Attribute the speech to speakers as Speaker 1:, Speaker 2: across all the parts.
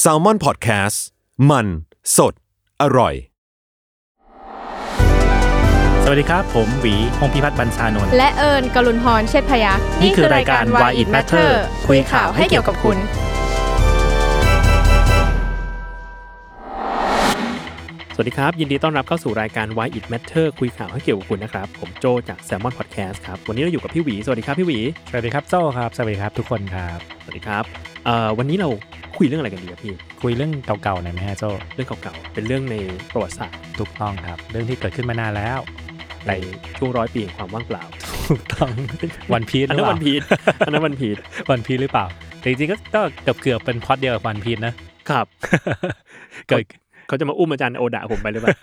Speaker 1: แซลมอนพอดแคสต์มันสดอร่อย
Speaker 2: สวัสดีครับ ผมหวีพงพิพัฒน์บรรชานนท์
Speaker 3: และเอิญกลุนพรเชษพยักษ์
Speaker 2: นี่คือรายการ Why It Matter คุยข่าวให้เกี่ยวกับคุณ สวัสดีครับ ยินดีต้อนรับเข้าสู่รายการ Why It Matter คุยข่าวให้เกี่ยวกับคุณนะครับ ผมโจจาก Salmon Podcast ครับ วันนี้เราอยู่กับพี่หวี สวัสดีครับพี่หวี
Speaker 4: สวัสดีครับโซ่ครับ สวัสดีครับทุกคนครับ
Speaker 2: สวัสดีครับเอ่อวันนี้เราคุยเรื่องอะไรกันดีครับพี่
Speaker 4: คุยเรื่องเก่าๆหน่อยไหมฮะโซ่
Speaker 2: เรื่องเก่าๆ เป็นเรื่องในประวัติศาสตร์
Speaker 4: ถูกต้องครับ เรื่องที่เกิดขึ้นมานานแล้ว
Speaker 2: ในช่วงร้อยปีแห่งความว่างเปล่า
Speaker 4: ถูกต้อง วันพีชห
Speaker 2: อัน
Speaker 4: รือ
Speaker 2: นั้น
Speaker 4: เป
Speaker 2: วั
Speaker 4: ล่าน
Speaker 2: พีชอันนั้นวันพีช
Speaker 4: วันพีชหรือเปล่า แต่จริงๆก็ก็เกือบเกือบๆเป็นพล็อดเดียวกับวันพีชนะ
Speaker 2: ครับ
Speaker 4: เกิด
Speaker 2: เขาจะมาอุ้มอาจารย์โอดะผมไปหรือเปล่า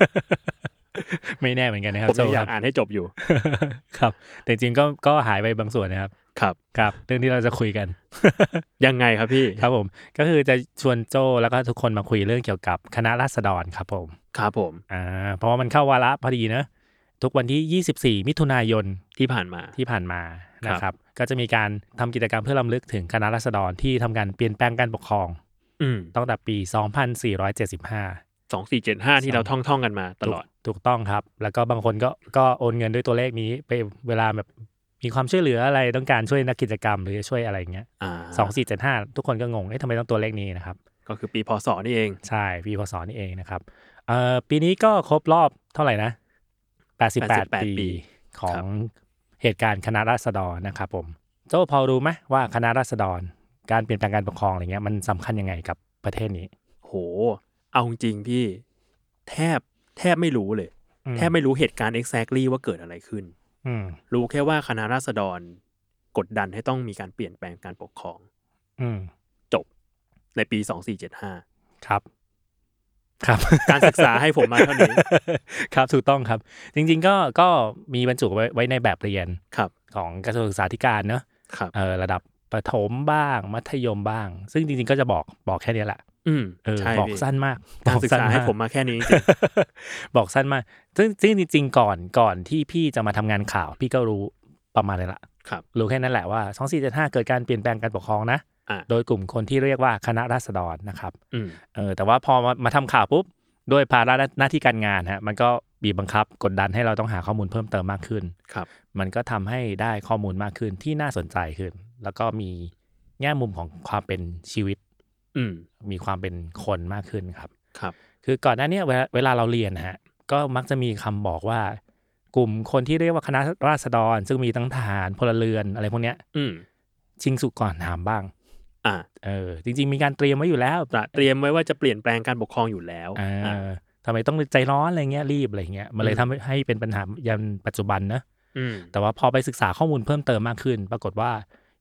Speaker 4: ไม่แน่เหมือนกันนะครับ
Speaker 2: ผม
Speaker 4: โซ่
Speaker 2: ยังอยา
Speaker 4: ครั
Speaker 2: ก
Speaker 4: บ
Speaker 2: อ่านให้จบอยู่
Speaker 4: ครับ แต่จริงๆก็ก็หายไปบางส่วนนะครับ
Speaker 2: ครับ
Speaker 4: ครับ เรื่องที่เราจะคุยกัน
Speaker 2: ยังไงครับพี่
Speaker 4: ครับผม ก็คือจะชวนโจ้แล้วก็ทุกคนมาคุยเรื่องเกี่ยวกับคณะราษฎรครับผม
Speaker 2: ครับผม
Speaker 4: อ่า เพราะว่ามันเข้าวาระพอดีนะ ทุกวันที่ 24 มิถุนายน
Speaker 2: ที่ผ่านมา
Speaker 4: ที่ผ่านมานะ
Speaker 2: ค
Speaker 4: ค
Speaker 2: รั
Speaker 4: รับ บ ก็จะมีการทำกิจกรรมเพื่อลำลึกถึงคณะราษฎรที่ทำการเปลี่ยนแปลงการปกครอง
Speaker 2: อืม
Speaker 4: ตั้งแต่ปี 2475
Speaker 2: สองสี่เจ็ดห้าที่เราท่องท่องๆกันมาตลอด
Speaker 4: ถูกถูกต้องครับ แล้วก็บางคนก็ก็โอนเงินด้วยตัวเลขนี้ไปเวลาแบบมีความช่วยเหลืออะไรต้องการช่วยนักกิจกรรมหรือช่วยอะไรอย่างเงี้ย
Speaker 2: อ่า
Speaker 4: สองสี่เจ็ดห้าทุกคนก็งง เอ๊ะทำไมต้องตัวเลขนี้นะครับ
Speaker 2: ก็คือปีพศนี่เอง
Speaker 4: ใช่ปีพศนี่เองนะครับเอ่อปีนี้ก็ครบรอบเท่าไหร่นะ 88
Speaker 2: ปี
Speaker 4: ปี ขอ
Speaker 2: ครั
Speaker 4: ง
Speaker 2: บ
Speaker 4: เหตุการณ์คณะราษฎรนะครับผมโจ้พอรู้ไหมว่าคณะราษฎร การเปลี่ยนแปลงการปกครองอะไรเงี้ยมันสำคัญยังไงกับประเทศนี้
Speaker 2: โห เอาจริงๆพี่ แทบแทบไม่รู้เลย
Speaker 4: อื
Speaker 2: แทบไม่รู้เหตุการณ์ exactly ว่าเกิดอะไรขึ้น
Speaker 4: อืม
Speaker 2: รู้แค่ว่าคณะราษฎร กดดันให้ต้องมีการเปลี่ยนแปลงการปกครอง
Speaker 4: อืม
Speaker 2: จบ ในปีสองสี่เจ็ดห้า
Speaker 4: ครับ ครับ
Speaker 2: การศึกษาให้ผมมาเท่า นี้
Speaker 4: ครับถูกต้องครับ จริง ๆ ก็ก็มีบรรจุไว้ไว้ในแบบเรียน
Speaker 2: ครับ
Speaker 4: ของกระทรวงศึกษาธิการเนอะ
Speaker 2: ครับ
Speaker 4: เออระดับประถมบ้าง มัธยมบ้าง ซึ่งจริง ๆ ก็จะบอกบอกแค่เนี้ยแหละ
Speaker 2: อืม
Speaker 4: เออ
Speaker 2: ใช่
Speaker 4: บอก
Speaker 2: พี่
Speaker 4: สั้นมาก
Speaker 2: การศึก
Speaker 4: บอ
Speaker 2: ษา
Speaker 4: สั้น
Speaker 2: ให้
Speaker 4: ก
Speaker 2: ผม มาแค่นี้จริง
Speaker 4: บอกสั้นมากซึ่งซึ่งจริงๆก่อนก่อนที่พี่จะมาทำงานข่าว พี่ก็รู้ประมาณนี้ละ
Speaker 2: ครับ
Speaker 4: รู้แค่นั้นแหละว่า 2 4 7 5 เกิดการเปลี่ยนแปลงการปกครองนะ
Speaker 2: อ่ะ
Speaker 4: โดยกลุ่มคนที่เรียกว่าคณะราษฎรนะครับ
Speaker 2: อืม
Speaker 4: เออแต่ว่าพอมามาทำข่าวปุ๊บด้วยภาระหน้าที่การงานฮะมันก็บีบบังคับกดดันให้เราต้องหาข้อมูลเพิ่มเติมมากขึ้น
Speaker 2: ครับ
Speaker 4: มันก็ทำให้ได้ข้อมูลมากขึ้นที่น่าสนใจขึ้น แล้วก็มีแง่มุมของความเป็นชีวิต
Speaker 2: อืม
Speaker 4: มีความเป็นคนมากขึ้นครับ
Speaker 2: ครับ
Speaker 4: คือก่อนหน้าเนี้ยเวลาเวลาเราเรียนนะฮะก็มักจะมีคำบอกว่า กลุ่มคนที่เรียกว่าคณะราษฎร ซึ่งมีทั้งทหารพลเรือนอะไรพวกเนี้ย
Speaker 2: อืม
Speaker 4: ชิงสุกก่อนถามบ้าง
Speaker 2: อ่ะ
Speaker 4: เออจริง ๆ มีการเตรียมไว้อยู่แล้ว
Speaker 2: ตระเตรียมไว้ว่าจะเปลี่ยนแปลงการปกครองอยู่แล้ว
Speaker 4: อ่า
Speaker 2: อ่ะ
Speaker 4: ทำไมต้องใจร้อนอะไรเงี้ยรีบอะไรเงี้ยมันเลย
Speaker 2: อืม
Speaker 4: ทำให้เป็นปัญหายันปัจจุบันนะ
Speaker 2: อืม
Speaker 4: แต่ว่าพอไปศึกษาข้อมูลเพิ่มเติมมากขึ้น ปรากฏว่า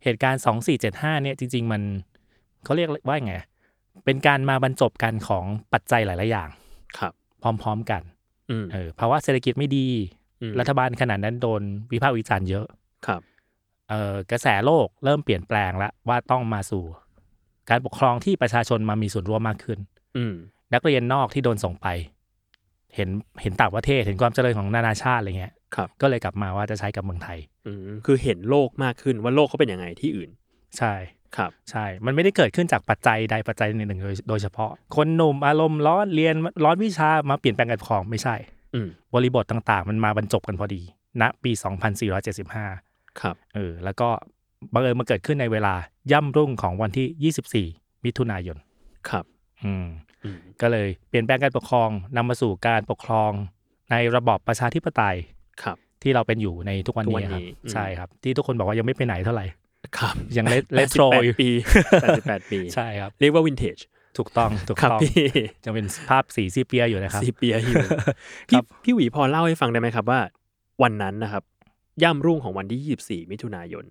Speaker 4: เหตุการณ์ 2475เนี่ยจริง ๆ มันเขาเรียกว่าไงเป็นการมาบรรจบกันของปัจจัยหลายๆอย่าง
Speaker 2: ครับ
Speaker 4: พร้อม ๆ กัน
Speaker 2: อืม
Speaker 4: เออภาวะเศรษฐกิจไม่ดี
Speaker 2: อืม
Speaker 4: รัฐบาลขนาดนั้นโดนวิพากษ์วิจารณ์เยอะ
Speaker 2: ครับ
Speaker 4: เอ่อกระแสโลกเริ่มเปลี่ยนแปลงแล้วว่าต้องมาสู่ การปกครองที่ประชาชนมามีส่วนร่วมมากขึ้น
Speaker 2: อืม
Speaker 4: นักเรียนนอกที่โดนส่งไป เห็นเห็นต่างประเทศ เห็นความเจริญของนานาชาติอะไรเงี้ย
Speaker 2: ครับ
Speaker 4: ก็เลยกลับมาว่าจะใช้กับเมืองไทย
Speaker 2: อืมคือเห็นโลกมากขึ้นว่าโลกเขาเป็นยังไงที่อื่น
Speaker 4: ใช่
Speaker 2: ครับ
Speaker 4: ใช่ มันไม่ได้เกิดขึ้นจากปัจจัยใดปัจจัยหนึ่งโดยโดยเฉพาะ คนหนุ่มอารมณ์ร้อนเรียนร้อนวิชามาเปลี่ยนแปลงการปกครองไม่ใช่
Speaker 2: อืม
Speaker 4: บริบทต่างๆ มันมาบรรจบกันพอดีณปี 2475
Speaker 2: ครับ
Speaker 4: เออแล้วก็บังเอิญมาเกิดขึ้นในเวลาย่ำรุ่งของวันที่ 24 มิถุนายน
Speaker 2: ครับ
Speaker 4: อืม
Speaker 2: อืม
Speaker 4: ก็เลยเปลี่ยนแปลงการปกครองนำมาสู่การปกครองในระบอบประชาธิปไตย
Speaker 2: ครับ
Speaker 4: ที่เราเป็นอยู่ในทุกวัน
Speaker 2: ทุกวั
Speaker 4: นี้
Speaker 2: น
Speaker 4: ค
Speaker 2: นี้
Speaker 4: รับ
Speaker 2: อืม
Speaker 4: ใช่ครับ ที่ทุกคนบอกว่ายังไม่ไปไหนเท่า ไหร่
Speaker 2: ครับ
Speaker 4: ยังเลเลโทร
Speaker 2: แปด
Speaker 4: อยู่
Speaker 2: ปีแปดสิบแปดปี
Speaker 4: ใช่ครับ
Speaker 2: เรียกว่าวินเทจ
Speaker 4: ถูกต้องถูก
Speaker 2: ครับ
Speaker 4: ต้อง
Speaker 2: พี่
Speaker 4: ยังเป็นภาพสีซีเปียอยู่นะครับ
Speaker 2: สีเปีย ฮิว
Speaker 4: ครั
Speaker 2: พี่
Speaker 4: บ
Speaker 2: พี่หวีพอเล่าให้ฟังได้ไหมครับว่า วันนั้นนะครับ ย่ำรุ่งของวันที่ยี่สิบสี่มิถุนายน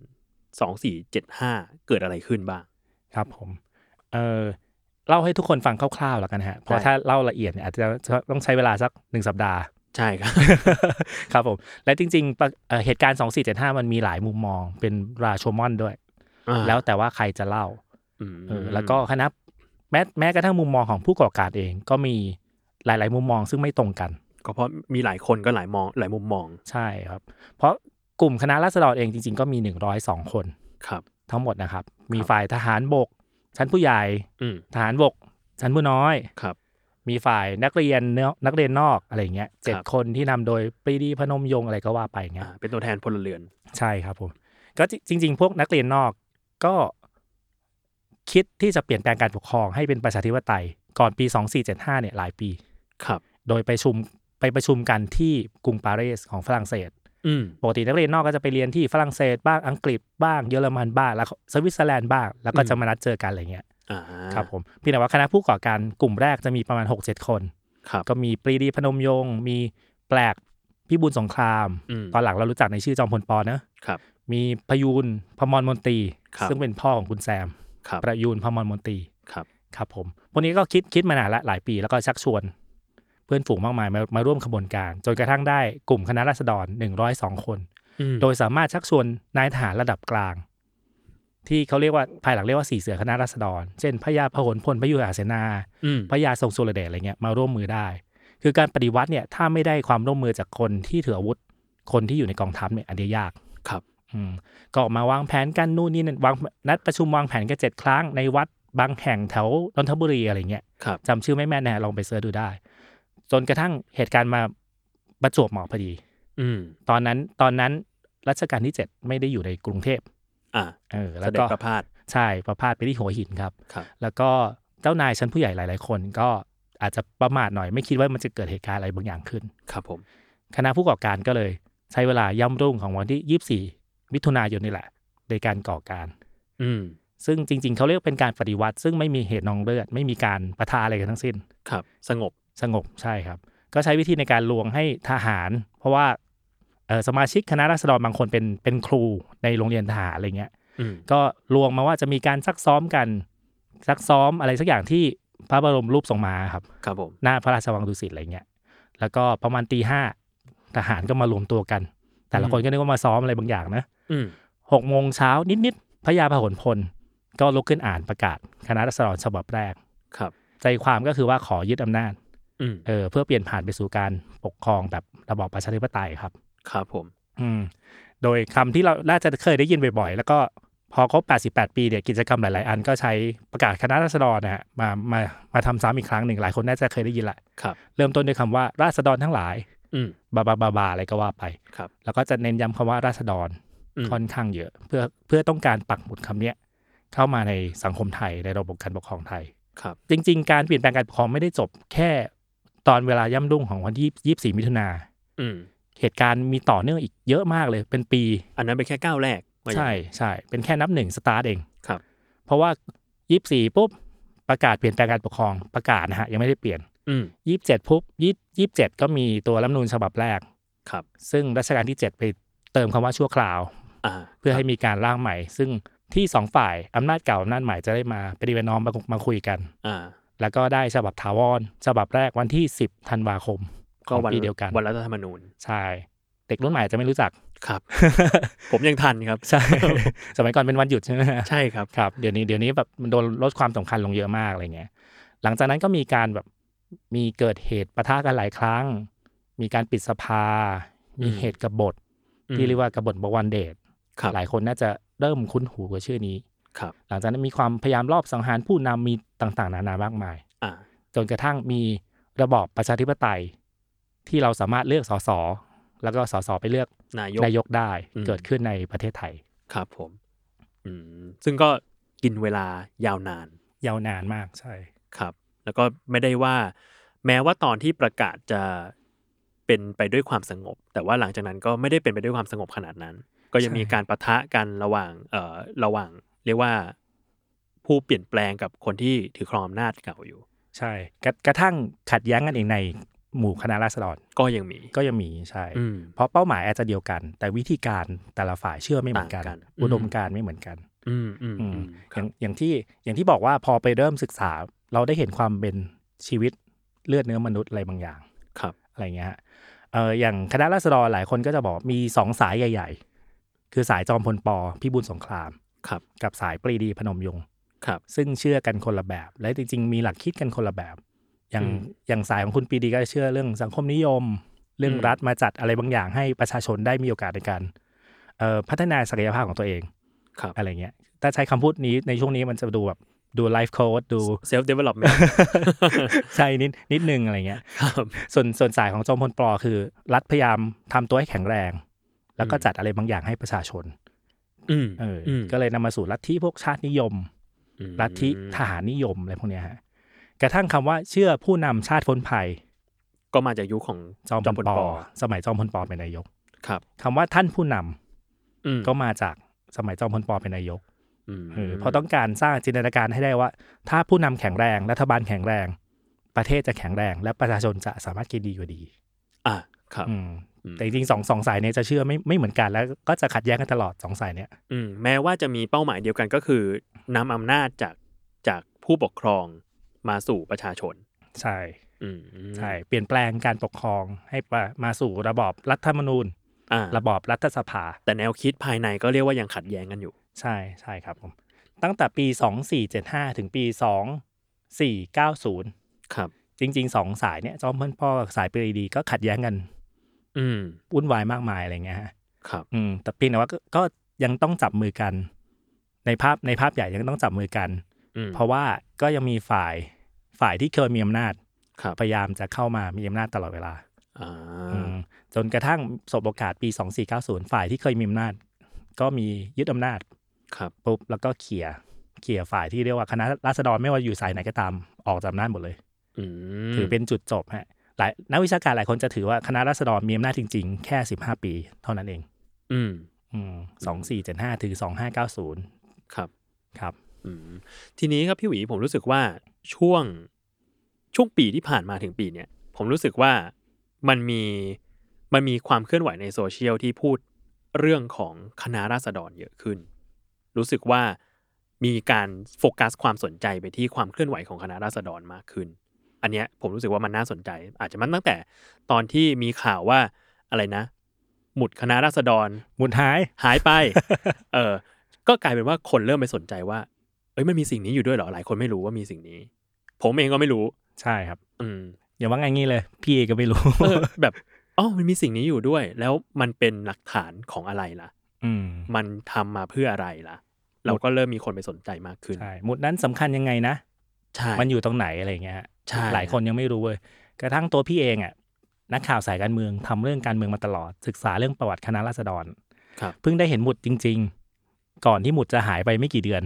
Speaker 2: สองสี่เจ็ดห้าเกิดอะไรขึ้นบ้าง
Speaker 4: ครับผมเออเล่าให้ทุกคนฟังคร่าวๆแล้วกันฮะเพราะ
Speaker 2: ได้
Speaker 4: ถ้าเล่าละเอียดเนี่ยอาจจะต้องใช้เวลาสักหนึ่งสัปดาห์
Speaker 2: ใช่ครับ
Speaker 4: ครับผม และจริงๆปะเอ่อเหตุการณ์ 2475 มันมีหลายมุมมองเป็นราโชมอนด้วย
Speaker 2: อ่า
Speaker 4: แล้วแต่ว่าใครจะเล่า
Speaker 2: อืม
Speaker 4: เออแล้วก็คณะแม้แม้กระทั่งมุมมองของผู้ก่อการเองก็มีหลาย ๆ มุมมองซึ่งไม่ตรงกัน
Speaker 2: ก็เพราะมีหลายคนก็หลายมองหลายมุมมอง
Speaker 4: ใช่ครับ เพราะกลุ่มคณะราษฎรเองจริง ๆ ก็มี 102 คน
Speaker 2: ครับ
Speaker 4: ทั้งหมดนะครับ มี
Speaker 2: ครับ
Speaker 4: ฝ่ายทหารบก ชั้นผู้ใหญ่
Speaker 2: อืม
Speaker 4: ทหารบก ชั้นผู้น้อย
Speaker 2: ครับ
Speaker 4: มีฝ่ายนักเรียนเนอะนักเรียนนอกอะไรอย่างเงี้ยเจ็ด
Speaker 2: ครับ
Speaker 4: คนที่นำโดยปรีดีพนมยงค์อะไรก็ว่าไปเงี้
Speaker 2: อ่าย เป็นตัวแทนพลเรือน
Speaker 4: ใช่ครับผมก็จริง ๆ พวกนักเรียนนอกก็คิดที่จะเปลี่ยนแปลงการปกครองให้เป็นประชาธิปไตยก่อนปี 2475เนี่ยหลายปี
Speaker 2: ครับ
Speaker 4: โดยไปชุมไปประชุมกันที่กรุงปารีสของฝรั่งเศส
Speaker 2: อืม
Speaker 4: ปกตินักเรียนนอกก็จะไปเรียนที่ฝรั่งเศสบ้างอังกฤษบ้างเยอรมันบ้างแล้วก็สวิตเซอร์แลนด์บ้างแล้วก็
Speaker 2: อืม
Speaker 4: จะมานัดเจอกันอะไรเงี้ย
Speaker 2: อ่า
Speaker 4: ครับผมเพียงแต่ว่าคณะผู้ก่อการกลุ่มแรกจะมีประมาณ 6-7 คน
Speaker 2: ครับ
Speaker 4: ก็มีปรีดีพนมยงค์มีแปลกพิบูลสงคราม
Speaker 2: อืม
Speaker 4: ตอนหลังเรารู้จักในชื่อจอมพลปอนะครับ มีพยูนพมรมนตรี
Speaker 2: ครับ
Speaker 4: ซึ่งเป็นพ่อของคุณแซม
Speaker 2: ครับ
Speaker 4: ประยูนพมรมนตรี
Speaker 2: ครับ
Speaker 4: ครับผมพวกนี้ก็คิดคิดมานานละหลายปีแล้วก็ชักชวน เพื่อนฝูงมากมายมามาร่วมขบวนการ จนกระทั่งได้กลุ่มคณะราษฎร 102 คน
Speaker 2: อืม
Speaker 4: โดยสามารถชักชวนนายทหารระดับกลาง ที่เขาเรียกว่าภายหลังเรียกว่าสี่เสือคณะราษฎร เช่นพระยาพหลพลพยุหาเสนา
Speaker 2: อืม
Speaker 4: พระยาทรงสุรเดชอะไรเงี้ยมาร่วมมือได้ คือการปฏิวัติเนี่ยถ้าไม่ได้ความร่วมมือจากคนที่ถืออาวุธ คนที่อยู่ในกองทัพเนี่ยอันเดียยาก
Speaker 2: ครับ
Speaker 4: อืมก็ออกมาวางแผนกันนู่นนี่นั่นวางนัดประชุมวางแผนกันเจ็ดครั้งในวัดบางแห่งแถวนนทบุรีอะไรเงี้ย
Speaker 2: ครับ
Speaker 4: จำชื่อไม่แม่นแน่ลองไปเสิร์ชดูได้ จนกระทั่งเหตุการณ์มาประจวบเหมาะพอดี
Speaker 2: อืม
Speaker 4: ตอนนั้นตอนนั้นรัชกาลที่ 7 ไม่ได้อยู่ในกรุงเทพ
Speaker 2: อ่า
Speaker 4: เออ
Speaker 2: แส
Speaker 4: แล้ว
Speaker 2: ด
Speaker 4: ก็
Speaker 2: งประพาส
Speaker 4: ใช่ประพาสไปที่หัวหินครับ
Speaker 2: ครับ
Speaker 4: แล้วก็เจ้านายชั้นผู้ใหญ่หลาย ๆ คนก็อาจจะประมาทหน่อยไม่คิดว่ามันจะเกิดเหตุการณ์อะไรบางอย่างขึ้น
Speaker 2: ครับผม
Speaker 4: คณะผู้ก่อการก็เลยใช้เวลาย่ำรุ่งของวันที่ 24 มิถุนายนนี่แหละ ในการก่อการ
Speaker 2: อืม
Speaker 4: ซึ่งจริง ๆ เขาเรียกเป็นการปฏิวัติ ซึ่งไม่มีเหตุนองเลือด ไม่มีการประทะอะไรกันทั้งสิ้น
Speaker 2: ครับ สงบ
Speaker 4: สงบใช่ครับ ก็ใช้วิธีในการลวงให้ทหาร เพราะว่าเอ่อสมาชิกคณะราษฎรบางคนเป็นเป็นครูในโรงเรียนทหารอะไรเงี้ย
Speaker 2: อืม
Speaker 4: ก็ลวงมาว่าจะมีการซักซ้อมกัน ซักซ้อมอะไรสักอย่างที่พระบรมรูปทรงมาครับ
Speaker 2: ครับผม
Speaker 4: หน้าพระราชวังดุสิตอะไรเงี้ย แล้วก็ประมาณตีห้าทหารก็มารวมตัวกัน แต่ละคนก็นึกว่ามาซ้อมอะไรบางอย่างนะ
Speaker 2: อืม
Speaker 4: หกโมงเช้านิดๆพระยาพหลพล ก็ลุกขึ้นอ่านประกาศ คณะรัษฎรฉบับแรก
Speaker 2: ครับ
Speaker 4: ใจความก็คือว่าขอยึดอำนาจ
Speaker 2: อืม
Speaker 4: เออเพื่อเปลี่ยนผ่านไปสู่การปกครองแบบระบอบประชาธิปไตยครับ
Speaker 2: ครับผม
Speaker 4: อืมโดยคำที่เราน่าจะเคยได้ยินบ่อยๆ แล้วก็พอครบ 88 ปีเนี่ยกิจกรรมหลายๆ อันก็ใช้ประกาศคณะราษฎรนะฮะมามามาทำซ้ำอีกครั้งหนึ่งหลายคนน่าจะเคยได้ยินละ
Speaker 2: ครับ
Speaker 4: เริ่มต้นด้วยคำว่าราษฎรทั้งหลาย
Speaker 2: อืม
Speaker 4: บาบาบาบาอะไรก็ว่าไป
Speaker 2: ครับ
Speaker 4: แล้วก็จะเน้นย้ำคำว่าราษฎร
Speaker 2: อืม
Speaker 4: ค่อนข้างเยอะ เพื่อเพื่อต้องการปักหมุดคำเนี้ยเข้ามาในสังคมไทยในระบบการปกครองไทย
Speaker 2: ครับ
Speaker 4: จริง ๆ การเปลี่ยนแปลงการปกครองไม่ได้จบแค่ตอนเวลาย่ำรุ่งของวันที่24 มิถุนา
Speaker 2: อืม
Speaker 4: เหตุการณ์มีต่อเนื่องอีกเยอะมากเลยเป็นปี
Speaker 2: อันนั้นเป็นแค่ก้าวแรกว่าอย่าง
Speaker 4: ใช่
Speaker 2: นั้น
Speaker 4: ใช่เป็นแค่นับหนึ่งสตาร์ทเอง
Speaker 2: ครับ
Speaker 4: เพราะว่า 24 ปุ๊บ ประกาศเปลี่ยนแปลงการปกครองประกาศนะฮะ ยังไม่ได้เปลี่ยน
Speaker 2: อืม
Speaker 4: 27 ปุ๊บ20 27 ก็มีตัวรัฐธรรมนูญฉบับแรก
Speaker 2: ครับ
Speaker 4: ซึ่งรัชกาลที่ 7 ไปเติมคำว่าชั่วคราว
Speaker 2: อ่า
Speaker 4: เพื่อให้มีการร่างใหม่ ซึ่งที่ 2 ฝ่ายอำนาจเก่าอำนาจใหม่จะได้มาปฏิบัติน้อมมามาคุยกัน
Speaker 2: อ่า
Speaker 4: แล้วก็ได้ฉบับถาวรฉบับแรกวันที่ 10ธันวาคมข
Speaker 2: ก็
Speaker 4: อง
Speaker 2: วัน
Speaker 4: ปีเดียวกัน
Speaker 2: วันรัฐธรรมนูญ
Speaker 4: ใช่เด็กรุ่นใหม่จะไม่รู้จัก
Speaker 2: ครับ ผมยังทันครับ
Speaker 4: ใช่ สมัยก่อนเป็นวันหยุดใช่ไหมฮะ
Speaker 2: ใช่ครับ
Speaker 4: ครับเดี๋ยวนี้เดี๋ยวนี้แบบมันโดนลดความสำคัญลงเยอะมากอะไรเงี้ยหลังจากนั้นก็มีการแบบมีเกิดเหตุปะทะกันหลายครั้ง มีการปิดสภา มี
Speaker 2: อืม
Speaker 4: เหตุกบฏที่เรียกว่ากบฏบวันเดช
Speaker 2: ครับ
Speaker 4: หลายคนน่าจะเริ่มคุ้นหูกับชื่อนี้
Speaker 2: ครับ
Speaker 4: หลังจากนั้นมีความพยายามรอบสังหารผู้นำมีต่างๆ นานามากมาย
Speaker 2: อ่า
Speaker 4: จนกระทั่งมีระบอบประชาธิปไตย ที่เราสามารถเลือกสสแล้วก็สสไปเลือก
Speaker 2: นายก
Speaker 4: นายกได้
Speaker 2: อืม
Speaker 4: เกิดขึ้นในประเทศไทย
Speaker 2: ครับผม อืม ซึ่งก็กินเวลายาวนาน
Speaker 4: ยาวนานมากใช่
Speaker 2: ครับ แล้วก็ไม่ได้ว่า แม้ว่าตอนที่ประกาศจะเป็นไปด้วยความสงบ แต่ว่าหลังจากนั้นก็ไม่ได้เป็นไปด้วยความสงบขนาดนั้น ก็ยัง
Speaker 4: ใช่
Speaker 2: มีการประทะกันระหว่างเอ่อระหว่าง เรียกว่าผู้เปลี่ยนแปลงกับคนที่ถือครองอำนาจเก่าอยู่
Speaker 4: ใช่กระกระทั่งขัดแย้งกันเองในหมู่คณะราษฎร
Speaker 2: ก็ยังมี
Speaker 4: ก็ยังมีใช่
Speaker 2: อืม
Speaker 4: เพราะเป้าหมายอาจจะเดียวกัน แต่วิธีการแต่ละฝ่ายเชื่อไม่เหมือนกัน
Speaker 2: ต่างกัน
Speaker 4: อุดมการณ์ไม่เหมือนกัน
Speaker 2: อืมอืม
Speaker 4: อื
Speaker 2: อื
Speaker 4: ม
Speaker 2: ม
Speaker 4: อ
Speaker 2: ครับ
Speaker 4: ย่างอย่างที่อย่างที่บอกว่าพอไปเริ่มศึกษา เราได้เห็นความเป็นชีวิตเลือดเนื้อมนุษย์อะไรบางอย่าง
Speaker 2: ครับ
Speaker 4: อะไรเงี้ยฮะเอออย่างคณะราษฎรหลายคนก็จะบอกมีสองสายใหญ่ ๆ คือสายจอมพลปพิบูลสงคราม
Speaker 2: ครับ
Speaker 4: กับสายปรีดีพนมยงค์
Speaker 2: ครับ
Speaker 4: ซึ่งเชื่อกันคนละแบบ และจริง ๆ มีหลักคิดกันคนละแบบ อย่าง
Speaker 2: อืม
Speaker 4: อย่างสายของคุณปรีดีก็เชื่อเรื่องสังคมนิยม เรื่อง
Speaker 2: อืม
Speaker 4: รัฐมาจัดอะไรบางอย่างให้ประชาชนได้มีโอกาสในการเอ่อพัฒนาศักยภาพของตัวเอง
Speaker 2: ครับ
Speaker 4: อะไรเงี้ยถ้าใช้คำพูดนี้ในช่วงนี้มันจะดูแบบ ดูไลฟ์โค้ดดู
Speaker 2: เซลฟ์เดเวล็อป เมนต์
Speaker 4: ใช่นิดนิดนึงอะไรเงี้ย
Speaker 2: ครับ
Speaker 4: ส่วนส่วนสายของจอมพลปลอคือ รัฐพยายามทำตัวให้แข็งแรง แล้วก็
Speaker 2: อืม
Speaker 4: จัดอะไรบางอย่างให้ประชาชน
Speaker 2: อืม
Speaker 4: เอออ
Speaker 2: ม
Speaker 4: ก็เลยนำมาสู่ลัทธิพวกชาตินิยม
Speaker 2: อืม
Speaker 4: ลัทธิทหารนิยมอะไรพวกเนี้ยฮะกระทั่งคำว่าเชื่อผู้นำชาติพ้นภัย
Speaker 2: ก็มาจากยุคของ
Speaker 4: จอมพลปอสมัยจอมพลปอเป็นนายก
Speaker 2: ครับ
Speaker 4: คำว่าท่านผู้นำ
Speaker 2: อืม
Speaker 4: ก็มาจากสมัยจอมพลปอเป็นนายก
Speaker 2: ม
Speaker 4: เออเพราะต้องการสร้างจินตนาการให้ได้ว่า ถ้าผู้นำแข็งแรงรัฐบาลแข็งแรง ประเทศจะแข็งแรง และประชาชนจะสามารถกินดีอยู่ดี
Speaker 2: อ่ะครับ
Speaker 4: อืม
Speaker 2: อืม
Speaker 4: แต่จริงๆสองสองสายเนี่ยจะเชื่อไม่ไม่เหมือนกันแล้วก็จะขัดแย้งกันตลอดสองสายเนี่ย
Speaker 2: อืมแม้ว่าจะมีเป้าหมายเดียวกันก็คือนำอำนาจจากจากผู้ปกครองมาสู่ประชาชน
Speaker 4: ใช่
Speaker 2: อืมอืม
Speaker 4: ใช่เปลี่ยนแปลงการปกครองให้มามาสู่ระบอบรัฐธรรมนูญ
Speaker 2: อ่า
Speaker 4: ระบอบรัฐสภา
Speaker 2: แต่แนวคิดภายในก็เรียกว่ายังขัดแย้งกันอยู่
Speaker 4: ใช่ใช่ครับผมตั้งแต่ปี 2475 ถึงปี 2490
Speaker 2: ครับ
Speaker 4: จริงๆสองสายเนี่ยจอมพลปอกับสายปรีดีก็ขัดแย้งกัน
Speaker 2: อืม
Speaker 4: วุ่นวายมากมายอะไรเงี้ยฮะ
Speaker 2: ครับ
Speaker 4: อืมแต่เพียงแต่ว่าก็ก็ยังต้องจับมือกัน ในภาพในภาพใหญ่ยังต้องจับมือกัน
Speaker 2: อืม
Speaker 4: เพราะว่าก็ยังมีฝ่ายฝ่ายที่เคยมีอำนาจ
Speaker 2: ครับ
Speaker 4: พยายามจะเข้ามามีอำนาจตลอดเวลา
Speaker 2: อ่า
Speaker 4: อืมจนกระทั่งสบโอกาสปี 2490 ฝ่ายที่เคยมีอำนาจ ก็มียึดอำนาจ
Speaker 2: ครับ
Speaker 4: ปุ๊บแล้วก็เขี่ยเขี่ยฝ่ายที่เรียกว่าคณะราษฎรไม่ว่าอยู่สายไหนก็ตามออกจากอำนาจหมดเลย
Speaker 2: อืม
Speaker 4: ถือเป็นจุดจบฮะหลายนักวิชาการหลายคนจะถือว่าคณะราษฎรมีอำนาจจริงๆ แค่ 15 ปีเท่านั้นเอง
Speaker 2: อืม
Speaker 4: สองสี่เจ็ดห้าถึงสองห้าเก้าศูนย์
Speaker 2: ครับ
Speaker 4: ครับ
Speaker 2: อืมทีนี้ครับพี่หวีผมรู้สึกว่าช่วงช่วงปีที่ผ่านมาถึงปีเนี้ยผมรู้สึกว่ามันมีมันมีความเคลื่อนไหวในโซเชียลที่พูดเรื่องของคณะราษฎรเยอะขึ้น รู้สึกว่ามีการโฟกัสความสนใจไปที่ความเคลื่อนไหวของคณะราษฎรมากขึ้น อันเนี้ยผมรู้สึกว่ามันน่าสนใจ อาจจะมันตั้งแต่ตอนที่มีข่าวว่าอะไรนะ หมุดคณะราษฎร
Speaker 4: หมุนหาย
Speaker 2: หายไป เออ ก็กลายเป็นว่าคนเริ่มไปสนใจว่า เอ้ย มันมีสิ่งนี้อยู่ด้วยเหรอ หลายคนไม่รู้ว่ามีสิ่งนี้ ผมเองก็ไม่รู้
Speaker 4: ใช่ครับ
Speaker 2: อื ม
Speaker 4: อย่าว่าไงงี้เลย พี่เอก็ไม่รู้
Speaker 2: เออ แบบอ๋อมันมีสิ่งนี้อยู่ด้วย แล้วมันเป็นหลักฐานของอะไรล่ะ
Speaker 4: อืม
Speaker 2: มันทำมาเพื่ออะไรล่ะ เราก็เริ่มมีคนไปสนใจมากขึ้น
Speaker 4: ใช่หมุดนั้นสำคัญยังไงนะ
Speaker 2: ใช่
Speaker 4: มันอยู่ตรงไหนอะไรเงี้ยฮะ
Speaker 2: ใช่
Speaker 4: หลายคนยังไม่รู้เลยกระทั่งตัวพี่เองอ่ะนักข่าวสายการเมืองทำเรื่องการเมืองมาตลอด ศึกษาเรื่องประวัติคณะราษฎร
Speaker 2: ครับ
Speaker 4: เพิ่งได้เห็นหมุดจริง ๆ ก่อนที่หมุดจะหายไปไม่กี่เดือน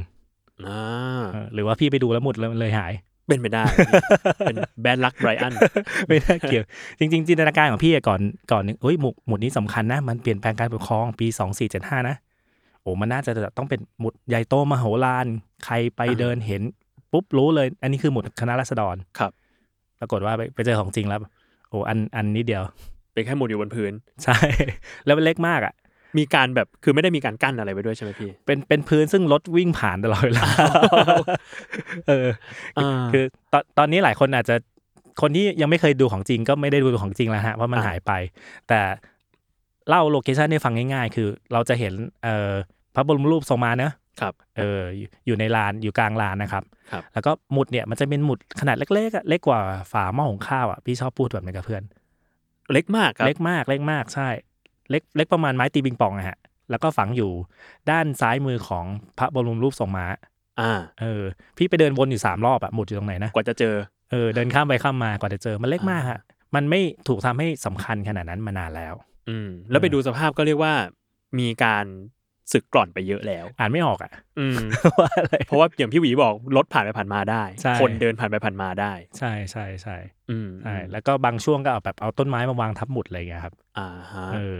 Speaker 2: อ่า
Speaker 4: เออหรือว่าพี่ไปดูแล้วหมุดเลยหาย
Speaker 2: เป็นไปได้ เป็นแบดลักไบรอัน
Speaker 4: ไม่น่าเกี่ยวจริงๆจินตนาการของพี่อะก่อนก่อนนึกเอ้ยหมุดหมุดนี้สำคัญนะ มันเปลี่ยนแปลงการปกครองปีสองสี่เจ็ดห้านะ โอ้มันน่าจะต้องเป็นหมุดใหญ่โตมโหฬารใครไป
Speaker 2: อ่าฮะ
Speaker 4: เดินเห็น ปุ๊บรู้เลย อันนี้คือหมุดคณะราษฎร
Speaker 2: ครับ
Speaker 4: ปรากฏว่าไปไปเจอของจริงแล้ว โอ้อันอันนิดเดียว
Speaker 2: เป็นแค่หมุดอยู่บนพื้น
Speaker 4: ใช่ แล้วมันเล็กมากอ่ะ
Speaker 2: มีการแบบ คือไม่ได้มีการกั้นอะไรไว้ด้วยใช่ไหมพี่
Speaker 4: เป็นเป็นพื้นซึ่งรถวิ่งผ่านตลอดเว ลาเออ
Speaker 2: อ่า
Speaker 4: คือตอนตอนนี้หลายคนอาจจะคนที่ยังไม่เคยดูของจริงก็ไม่ได้ดูของจริงแล้วฮะเพราะมัน
Speaker 2: อ่า
Speaker 4: หายไป แต่เล่าโลเคชันให้ฟังง่ายๆ คือเราจะเห็นเอ่อพระบรมรูปทรงมาเนอะ
Speaker 2: ครับ
Speaker 4: เอออยู่อยู่ในลานอยู่กลางลานนะครับ
Speaker 2: ครับ
Speaker 4: แล้วก็หมุดเนี่ยมันจะเป็นหมุดขนาดเล็กๆอะเล็กกว่าฝาหม้อหุงข้าวอ่ะพี่ชอบพูดแบบนี้กับเพื่อน
Speaker 2: เล็กมากครับ
Speaker 4: เล็กมากเล็กมากใช่ เล็กเล็กประมาณไม้ตีปิงปองอะฮะแล้วก็ฝังอยู่ด้านซ้ายมือของพระบรมรูปทรงม้า
Speaker 2: อ่า
Speaker 4: เออพี่ไปเดินวนอยู่สามรอบอะหมุดอยู่ตรงไหนนะ
Speaker 2: กว่าจะเจอ
Speaker 4: เออเดินข้ามไปข้ามมากว่าจะเจอมันเล็ก
Speaker 2: อ่าม
Speaker 4: มากฮะมันไม่ถูกทำให้สำคัญขนาดนั้นมานานแล้ว
Speaker 2: อืมแล้วไป
Speaker 4: เออ
Speaker 2: ดูสภาพก็เรียกว่า มีการสึกกร่อนไปเยอะแล้ว
Speaker 4: อ่านไม่ออกอ่ะ
Speaker 2: อืม
Speaker 4: ว่าอะไร
Speaker 2: เพราะ ว่าอย่างพี่หวีบอกรถผ่านไปผ่านมาได้
Speaker 4: ใช่
Speaker 2: คนเดินผ่านไปผ่านมาได้
Speaker 4: ใช่ใช่ใช่
Speaker 2: อืม
Speaker 4: ใช่แล้วก็บางช่วงก็เอาแบบเอาต้นไม้มาวางทับหมุดอะไรอย่างเงี้ยครับ
Speaker 2: อ่าฮะ
Speaker 4: เออ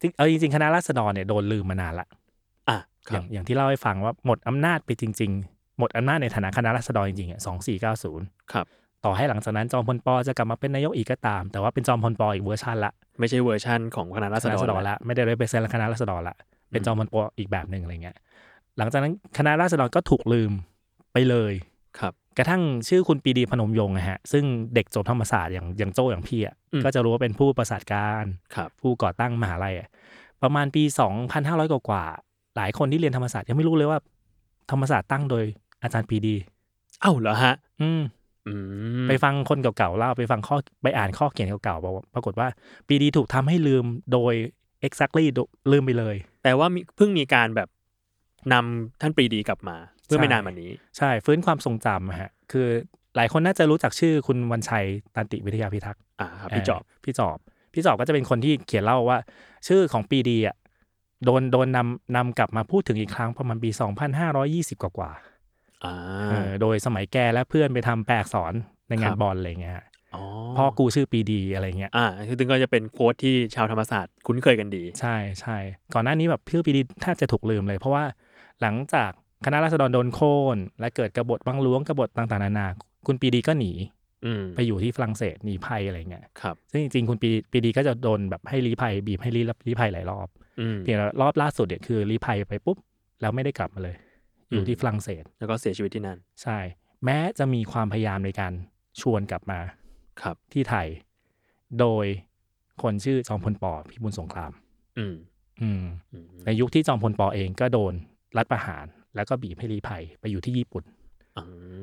Speaker 4: จริงเอาจริงๆคณะราษฎรเนี่ยโดนลืมมานานละ
Speaker 2: อ่ะค
Speaker 4: อ
Speaker 2: รับ
Speaker 4: ย่างอย่างที่เล่าให้ฟังว่าหมดอำนาจไปจริง ๆ หมดอำนาจในฐานะคณะราษฎรจริงๆอ่ะสองสี่เก้าศูนย์
Speaker 2: ครับ
Speaker 4: ต่อให้หลังจากนั้นจอมพลปจะกลับมาเป็นนายกอีกก็ตาม แต่ว่าเป็นจอมพลปอีกเวอร์ชันละ
Speaker 2: ไม่ใช่เวอร์ชั่นของคณะราษฎ
Speaker 4: คณะ
Speaker 2: ร
Speaker 4: ร
Speaker 2: แล้ว
Speaker 4: ละไม่ได้เลยเป็นคณะราษฎรละ เป็น
Speaker 2: อืม
Speaker 4: จอมพลปอีกแบบหนึ่งอะไรเงี้ย หลังจากนั้นคณะราษฎรก็ถูกลืมไปเลย
Speaker 2: ครับ
Speaker 4: กระทั่งชื่อคุณปรีดีพนมยงค์นะฮะ ซึ่งเด็กจบธรรมศาสตร์อย่างอย่างโจ้อย่างพี่อ่ะ
Speaker 2: อืม
Speaker 4: ก็จะรู้ว่าเป็นผู้ประสานการ
Speaker 2: ครับ
Speaker 4: ผู้ก่อตั้งมหาลัยอะประมาณปี 2,500 กว่ากว่าๆหลายคนที่เรียนธรรมศาสตร์ยังไม่รู้เลยว่า ธรรมศาสตร์ตั้งโดยอาจารย์ปรีดี
Speaker 2: เอ้าเหรอฮะ
Speaker 4: อืม
Speaker 2: อืม
Speaker 4: ไปฟังคนเก่าๆเล่าไปฟังข้อไปอ่านข้อเขียนเก่าๆบอกว่าปรากฏว่าปรีดีถูกทำให้ลืมโดย exactly โดลืมไปเลย
Speaker 2: แต่ว่ามีเพิ่งมีการแบบนำท่านปรีดีกลับมา เมื่อไม่
Speaker 4: ใช่
Speaker 2: นานมานี้
Speaker 4: ใช่ฟื้นความทรงจำอะฮะคือหลายคนน่าจะรู้จักชื่อคุณวันชัยตันติวิทยาพิทักษ์
Speaker 2: อ่าครับพี่จอบ
Speaker 4: เพี่จอบ พี่จอบก็จะเป็นคนที่เขียนเล่าว่า ชื่อของปีดีอ่ะโดนโดนนำนำกลับมาพูดถึงอีกครั้งประมาณปี 2520 กว่ากว่า
Speaker 2: อ่า
Speaker 4: ๆเออโดยสมัยแกและเพื่อนไปทำแปลอักษรใน
Speaker 2: คน
Speaker 4: งา
Speaker 2: รับ
Speaker 4: บอลอะไรเงี้ยฮะ
Speaker 2: อ๋อ
Speaker 4: พ่อกูชื่อปีดีอะไรเงี้ย
Speaker 2: อ่าคือถึงก็จะเป็นโค้ดที่ชาวธรรมศาสตร์คุ้นเคยกันดี
Speaker 4: ใช่ใช่ก่อนหน้านี้แบบชื่อปีดีแทบจะถูกลืมเลย เพราะว่าหลังจากคณะราษฎรโดนโค่นและเกิดกบฏบังหล้วงกบฏต่างๆนานาคุณปีดีก็หนี
Speaker 2: อืม
Speaker 4: ไปอยู่ที่ฝรั่งเศสหนีภัยอะไรเงี้ย
Speaker 2: ครับ
Speaker 4: ซึ่งจริงๆ คุณปีปีดีก็จะโดนแบบให้รีภัยบีบให้รีรีภัยหลายรอบ
Speaker 2: อืม
Speaker 4: เพียงแต่รอบล่าสุดเนี่ยคือรีภัยไปปุ๊บ แล้วไม่ได้กลับมาเลย อยู่
Speaker 2: อืม
Speaker 4: ที่ฝรั่งเศส
Speaker 2: แล้วก็เสียชีวิตที่นั่น
Speaker 4: ใช่ แม้จะมีความพยายามในการชวนกลับมา
Speaker 2: ครับ
Speaker 4: ที่ไทย โดยคนชื่อจอมพลปอพิบูลสงคราม
Speaker 2: อืม
Speaker 4: อืม
Speaker 2: อืม
Speaker 4: ในยุคที่จอมพลปอเองก็โดนรัฐประหาร แล้วก็บีบให้รีภัยไปอยู่ที่ญี่ปุ่น
Speaker 2: อื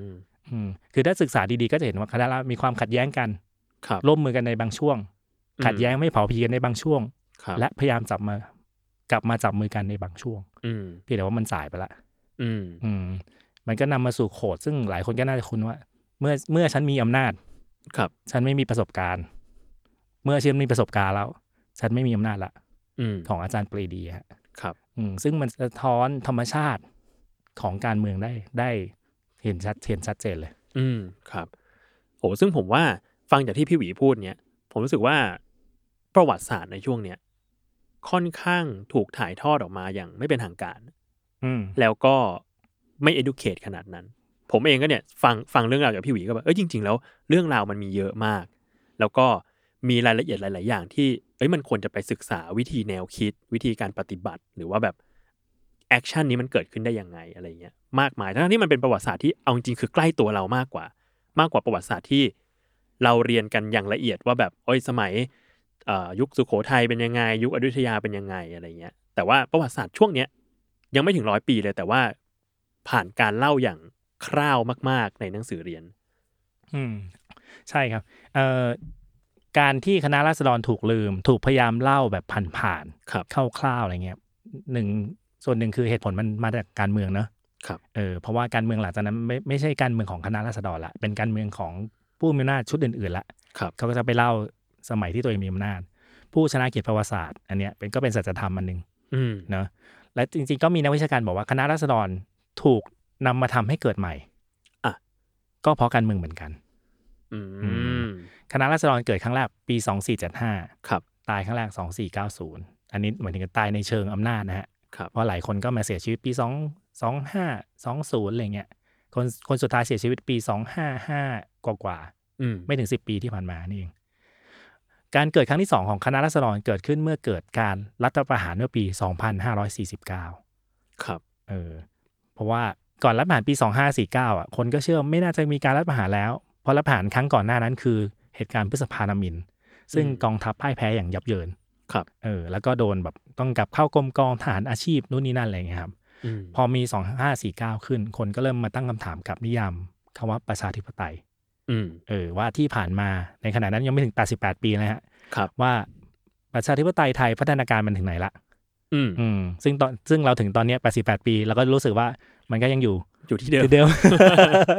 Speaker 2: ม
Speaker 4: อืมคือถ้าศึกษาดีๆก็จะเห็นว่าคณะราษฎรมีความขัดแย้งกัน
Speaker 2: ครับ
Speaker 4: ร่วมมือกันในบางช่วง
Speaker 2: อืม
Speaker 4: ขัดแย้งไม่เผาผีกันในบางช่วง
Speaker 2: ครับ
Speaker 4: และพยายามจับมากลับมาจับมือกันในบางช่วง
Speaker 2: อืม
Speaker 4: เพียงแต่ว่ามันสายไปละ
Speaker 2: อืม
Speaker 4: อืม มันก็นำมาสู่โขดซึ่งหลายคนก็น่าจะคุ้นว่า เมื่อเมื่อฉันมีอำนาจ
Speaker 2: ครับ
Speaker 4: ฉันไม่มีประสบการณ์ เมื่อฉันมีประสบการณ์แล้ว ฉันไม่มีอำนาจละ
Speaker 2: อืม
Speaker 4: ของอาจารย์ปรีดีฮะ
Speaker 2: ครับ
Speaker 4: อืมซึ่งมันสะท้อนธรรมชาติของการเมืองได้ได้เห็นชัดเห็นชัดเจนเลย
Speaker 2: อืมครับโหซึ่งผมว่าฟังจากที่พี่หวีพูดเนี่ย ผมรู้สึกว่าประวัติศาสตร์ในช่วงเนี้ยค่อนข้างถูกถ่ายทอดออกมาอย่างไม่เป็นทางการ
Speaker 4: อืม
Speaker 2: แล้วก็ไม่ educate ขนาดนั้น ผมเองก็เนี่ยฟังฟังเรื่องราวจากพี่หวีก็แบบเออจริง ๆ แล้วเรื่องราวมันมีเยอะมาก แล้วก็มีรายละเอียดหลาย ๆ อย่างที่เอ้ยมันควรจะไปศึกษาวิธีแนวคิด วิธีการปฏิบัติ หรือว่าแบบแอคชั่นนี้มันเกิดขึ้นได้ยังไงอะไรเงี้ยมากมายทั้งๆที่มันเป็นประวัติศาสตร์ที่เอาจริงๆคือใกล้ตัวเรามากกว่า มากกว่าประวัติศาสตร์ที่เราเรียนกันอย่างละเอียดว่าแบบโอ้ยสมัยเอ่อยุคสุโขทัยเป็นยังไง ยุคอยุธยาเป็นยังไงอะไรเงี้ย แต่ว่าประวัติศาสตร์ช่วงเนี้ยยังไม่ถึงร้อยปีเลย แต่ว่าผ่านการเล่าอย่างคร่าวมาก ๆ ในหนังสือเรียน
Speaker 4: อืมใช่ครับเอ่อการที่คณะราษฎรถูกลืม ถูกพยายามเล่าแบบผ่าน
Speaker 2: ครับ
Speaker 4: ๆคร่าวๆอะไรเงี้ยหนึ่งส่วนหนึ่งคือเหตุผลมันมาจากการเมืองเนอะ
Speaker 2: ครับ
Speaker 4: เออเพราะว่าการเมืองหลังจากนั้นไม่ไม่ใช่การเมืองของคณะราษฎรละเป็นการเมืองของผู้มีอำนาจชุดอื่นๆละ
Speaker 2: ครับ
Speaker 4: เขาก็จะไปเล่าสมัยที่ตัวเองมีอำนาจ ผู้ชนะเกียรติประวัติศาสตร์อันเนี้ยเป็นก็เป็นสัจธรรมอันหนึ่ง
Speaker 2: อืม
Speaker 4: เนอะและจริงๆก็มีนักวิชาการบอกว่าคณะราษฎรถูกนำมาทำให้เกิดใหม่
Speaker 2: อ่ะ
Speaker 4: ก็เพราะการเมืองเหมือนกัน
Speaker 2: อืม
Speaker 4: คณะราษฎรเกิดครั้งแรกปี
Speaker 2: ครับ
Speaker 4: 2475 ตายครั้งแรก 2490 อันนี้เหมือนถึงกับตายในเชิงอำนาจนะฮะ
Speaker 2: ครับ
Speaker 4: เพราะหลายคนก็มาเสียชีวิตปี 2 25 20 อะไรเงี้ย คนคนสุดท้ายเสียชีวิตปี 255 กว่ากว่า
Speaker 2: อืม
Speaker 4: ๆไม่ถึง 10 ปีที่ผ่านมานี่เอง การเกิดครั้งที่ 2 ของคณะราษฎรเกิดขึ้นเมื่อเกิดการรัฐประหารเมื่อปี 2549
Speaker 2: ครับ
Speaker 4: เออเพราะว่าก่อนรัฐประหารปี 2549 อ่ะ คนก็เชื่อไม่น่าจะมีการรัฐประหารแล้ว เพราะรัฐประหารครั้งก่อนหน้านั้นคือเหตุการณ์พฤษภานามิน ซึ่ง
Speaker 2: อืม
Speaker 4: กองทัพพ่ายแพ้อย่างยับเยิน
Speaker 2: ครับ
Speaker 4: เออแล้วก็โดนแบบต้องกลับเข้ากรมกองทหารอาชีพนู่นนี่นั่นอะไรอย่างเงี้ยครับ
Speaker 2: อืม
Speaker 4: พอมี 2549 ขึ้น คนก็เริ่มมาตั้งคำถามกับนิยามคำว่าประชาธิปไตย
Speaker 2: อืม
Speaker 4: เออว่าที่ผ่านมาในขณะนั้นยังไม่ถึง 88 ปีนะฮะ
Speaker 2: ครับ
Speaker 4: ว่าประชาธิปไตยไทยพัฒนาการมันถึงไหนละ
Speaker 2: อืม
Speaker 4: อืมซึ่งตอนซึ่งเราถึงตอนเนี้ย88 ปี แล้วก็รู้สึกว่ามันก็ยังอยู่
Speaker 2: อยู่ที่เดิม
Speaker 4: เดิม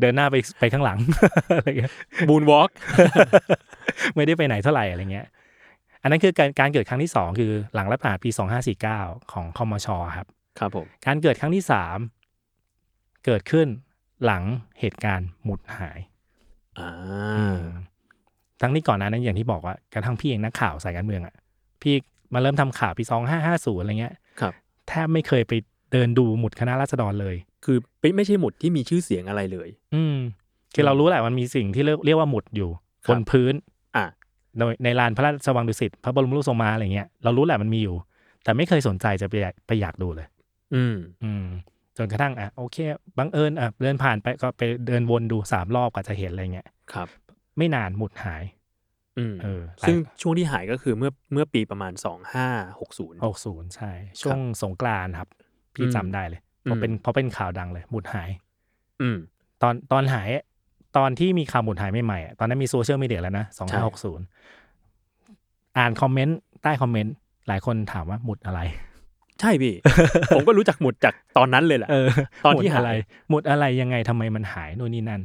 Speaker 4: เดินหน้าไปไปข้างหลัง อะไรเงี้ย
Speaker 2: บูนวอล์ก
Speaker 4: ไม่ได้ไปไหนเท่าไหร่อะไรเงี้ย อันนั้นคือการการเกิดครั้งที่ 2 คือหลังรัฐประหารปี 2549 ของคอมชครับ
Speaker 2: ครับผม
Speaker 4: การเกิดครั้งที่ 3 เกิดขึ้นหลังเหตุการณ์หมุดหาย
Speaker 2: อ่า
Speaker 4: ทั้งนี้ก่อนหน้านั้นอย่างที่บอกว่ากระทั่งพี่เองนักข่าวสายการเมืองอ่ะพี่มาเริ่มทำข่าวปี 2550 อะไรเงี้ย
Speaker 2: ครับ
Speaker 4: แทบไม่เคยไปเดินดูหมุดคณะราษฎรเลย
Speaker 2: คือไม่ไม่ใช่หมุดที่มีชื่อเสียงอะไรเลย
Speaker 4: อืมคือเรารู้แหละมันมีสิ่งที่เรียกเรียกว่าหมุดอยู่
Speaker 2: ครับ
Speaker 4: บนพื้น
Speaker 2: อ่ะ
Speaker 4: โดยในลานพระราชวังดุสิตพระบรมรูปทรงม้าอะไรเงี้ยเรารู้แหละมันมีอยู่ แต่ไม่เคยสนใจจะไปอยากไปอยากดูเลย
Speaker 2: อืม
Speaker 4: อืม จนกระทั่งอ่ะโอเคบังเอิญอ่ะเดินผ่านไปก็ไปเดินวนดูสามรอบกว่าจะเห็นอะไรเงี้ย
Speaker 2: ครับ
Speaker 4: ไม่นานหมุดหาย
Speaker 2: อืม
Speaker 4: เออหลาย
Speaker 2: ซึ่งช่วงที่หายก็คือเมื่อเมื่อปีประมาณสองห้าหกศูนย์
Speaker 4: หกศูนย์ใช่ ช่วงสงกรานต์ครับ พี่
Speaker 2: อืม
Speaker 4: จำได้เลยเพ
Speaker 2: อื
Speaker 4: ราะ
Speaker 2: ม
Speaker 4: เป็นเพราะเป็นข่าวดังเลยหมุดหาย
Speaker 2: อืม
Speaker 4: ตอนตอนหายตอนที่มีข่าวหมุดหายใหม่ๆอ่ะตอนนั้นมีโซเชียลมีเดียแล้วนะสอง
Speaker 2: ใช่
Speaker 4: ห้าหกศูนย์อ่านคอมเมนต์ ใต้คอมเมนต์ หลายคนถามว่าหมุดอะไร
Speaker 2: ใช่ พี่ ผมก็รู้จักหมุดจากตอนนั้นเลยแหละ
Speaker 4: เออ
Speaker 2: ตอนที่
Speaker 4: หมดอะไร
Speaker 2: หาย
Speaker 4: หมดอะไรยังไงทำไมมันหายโน่นนี่นั่น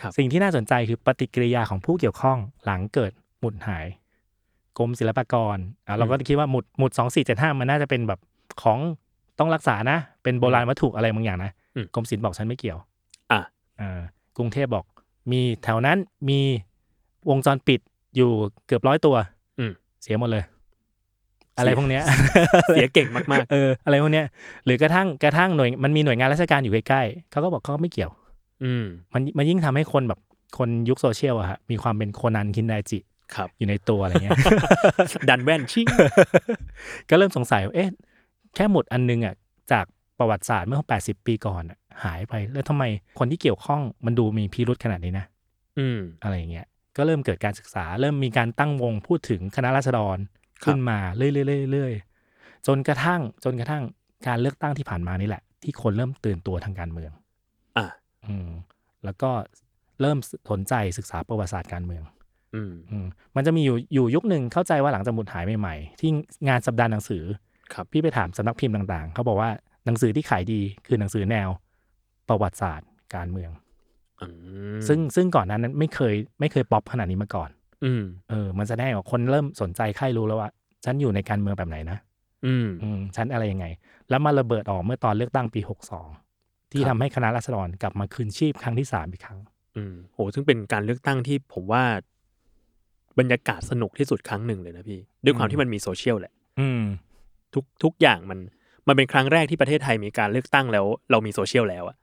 Speaker 2: ครับ
Speaker 4: สิ่งที่น่าสนใจคือปฏิกิริยาของผู้เกี่ยวข้องหลังเกิดหมุดหายกรมศิลปากรอ่ะเราก็คิดว่าหมุดหมุดสองสี่เจ็ดห้ามันน่าจะเป็นแบบของต้องรักษานะ เป็นโบราณวัตถุอะไรบางอย่างนะ
Speaker 2: อืม
Speaker 4: กรมศิลป์บอกฉันไม่เกี่ยว
Speaker 2: อ่ะ
Speaker 4: เอ่อกรุงเทพบอกมีแถวนั้นมีวงจรปิดอยู่เกือบร้อยตัว
Speaker 2: อืม
Speaker 4: เสียหมดเลย อะไรพวกเนี้ย
Speaker 2: เสียเก่งมาก
Speaker 4: เอออะไรพวกเนี้ยหรือกระทั่งกระทั่งหน่วยมันมีหน่วยงานราชการอยู่ใกล้ๆเขาก็บอกเขาก็ไม่เกี่ยว
Speaker 2: ๆ อืม
Speaker 4: มันมันยิ่งทำให้คนแบบคนยุคโซเชียลอะฮะมีความเป็นโคนันคินไดจิ
Speaker 2: ครับ
Speaker 4: อยู่ในตัวอะไรเงี้ย
Speaker 2: ดันแว่นชิ่ง
Speaker 4: ก็เริ่มสงสัยว่าเอ๊ะแค่หมุดอันนึงอะจากประวัติศาสตร์เมื่อ 80 ปีก่อนอะหายไปแล้วทำไมคนที่เกี่ยวข้องมันดูมีพิรุธขนาดนี้นะ
Speaker 2: อืม
Speaker 4: อะไรอย่างเงี้ย ก็เริ่มเกิดการศึกษา เริ่มมีการตั้งวงพูดถึงคณะราษฎร
Speaker 2: ครับ
Speaker 4: ขึ้นมาเรื่อยๆเรื่อยๆจนกระทั่งจนกระทั่งการเลือกตั้งที่ผ่านมานี่แหละ ที่คนเริ่มตื่นตัวทางการเมือง
Speaker 2: อ่ะ
Speaker 4: อืมแล้วก็เริ่มสนใจศึกษาประวัติศาสตร์การเมือง
Speaker 2: อืม
Speaker 4: อืมมันจะมีอยู่อยู่ยุคหนึ่งเข้าใจว่าหลังจากหมุดหายใหม่ๆที่งานสัปดาห์หนังสือ
Speaker 2: ครับ
Speaker 4: พี่ไปถามสำนักพิมพ์ต่างๆเขาบอกว่าหนังสือที่ขายดีคือหนังสือแนวประวัติศาสตร์การเมือง
Speaker 2: อืม
Speaker 4: ซึ่งซึ่งก่อนหนานั้นไม่เคยไม่เคยป๊อปขนาดนี้มาก่อน
Speaker 2: อืม
Speaker 4: เออ มันแสดงว่าคนเริ่มสนใจใครรู้แล้วว่า ฉันอยู่ในการเมืองแบบไหนนะ
Speaker 2: อืม
Speaker 4: อืม ฉันอะไรยังไง แล้วมาระเบิดออกเมื่อตอนเลือกตั้งปี 62 ที่
Speaker 2: ครับ
Speaker 4: ทำให้คณะรัษฎรกลับมาคืนชีพครั้งที่ 3 อีกครั้ง
Speaker 2: อืมโหซึ่งเป็นการเลือกตั้งที่ผมว่า บรรยากาศสนุกที่สุดครั้งหนึ่งเลยนะพี่ ด้วยความ
Speaker 4: อืม
Speaker 2: ที่มันมีโซเชียลแหละ
Speaker 4: อืม
Speaker 2: ทุกทุกอย่างมัน มันเป็นครั้งแรกที่ประเทศไทยมีการเลือกตั้งแล้ว เรามีโซเชียลแล้วอะ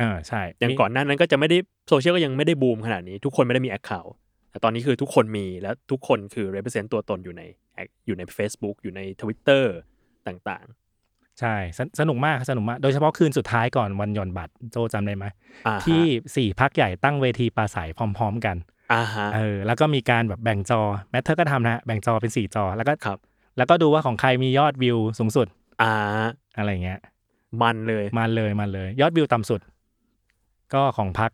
Speaker 4: อ่า ใช่
Speaker 2: อย่างก่อนหน้านั้นก็จะไม่ได้โซเชียลก็ยังไม่ได้บูมขนาดนี้ ทุกคนไม่ได้มีแอคเคาท์แต่ตอนนี้คือทุกคนมีและทุกคนคือ represent ตัวตนอยู่ใน act อยู่ใน Facebook อยู่ใน Twitter ต่าง
Speaker 4: ใช่สนสนุกมากสนุกมาก โดยเฉพาะคืนสุดท้ายก่อนวันหย่อนบัตร โจจำได้ไหม
Speaker 2: ๆอ่าฮะ
Speaker 4: ที่สี่พักใหญ่ตั้งเวทีปราศัยพร้อม ๆ กัน
Speaker 2: อ่าฮะ
Speaker 4: เออ แล้วก็มีการแบบแบ่งจอ แมทเธอร์ก็ทำนะฮะแบ่งจอเป็นสี่จอ แล้วก็
Speaker 2: ครับ
Speaker 4: แล้วก็ดูว่าของใครมียอดวิวสูงสุด
Speaker 2: อ่า
Speaker 4: อะไรอย่างเงี้ย
Speaker 2: มันเลย
Speaker 4: มาเลยมาเลย ยอดวิวต่ำสุด ก็ของพัก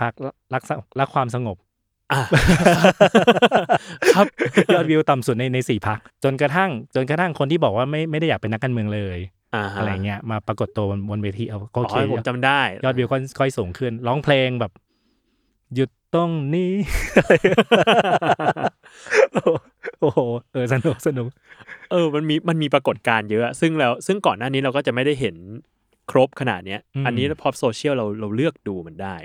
Speaker 4: พักรักษารักความสงบ
Speaker 2: อ่า ครับ
Speaker 4: ยอดวิวต่ำสุดในในสี่พักจนกระทั่ง จนกระทั่งคนที่บอกว่าไม่ไม่ได้อยากเป็นนักการเมืองเลย
Speaker 2: อ่าฮะ
Speaker 4: อะไรเงี้ยมาปรากฏตัวบนบนเวทีเอาก็
Speaker 2: อ๋
Speaker 4: โอเค
Speaker 2: อผมจำได้
Speaker 4: ยอดวิวค่อยค่อยสูงขึ้น ร้องเพลงแบบ หยุดตรงนี้ โอ้โหเออสนุกสนุก
Speaker 2: เออ มันมี มันมีปรากฏการณ์เยอะ ซึ่งแล้ว ซึ่งก่อนหน้านี้เราก็จะไม่ได้เห็นครบขนาดเนี้ย
Speaker 4: อืม
Speaker 2: อันนี้พอโซเชียลเรา เราเลือกดูมันได้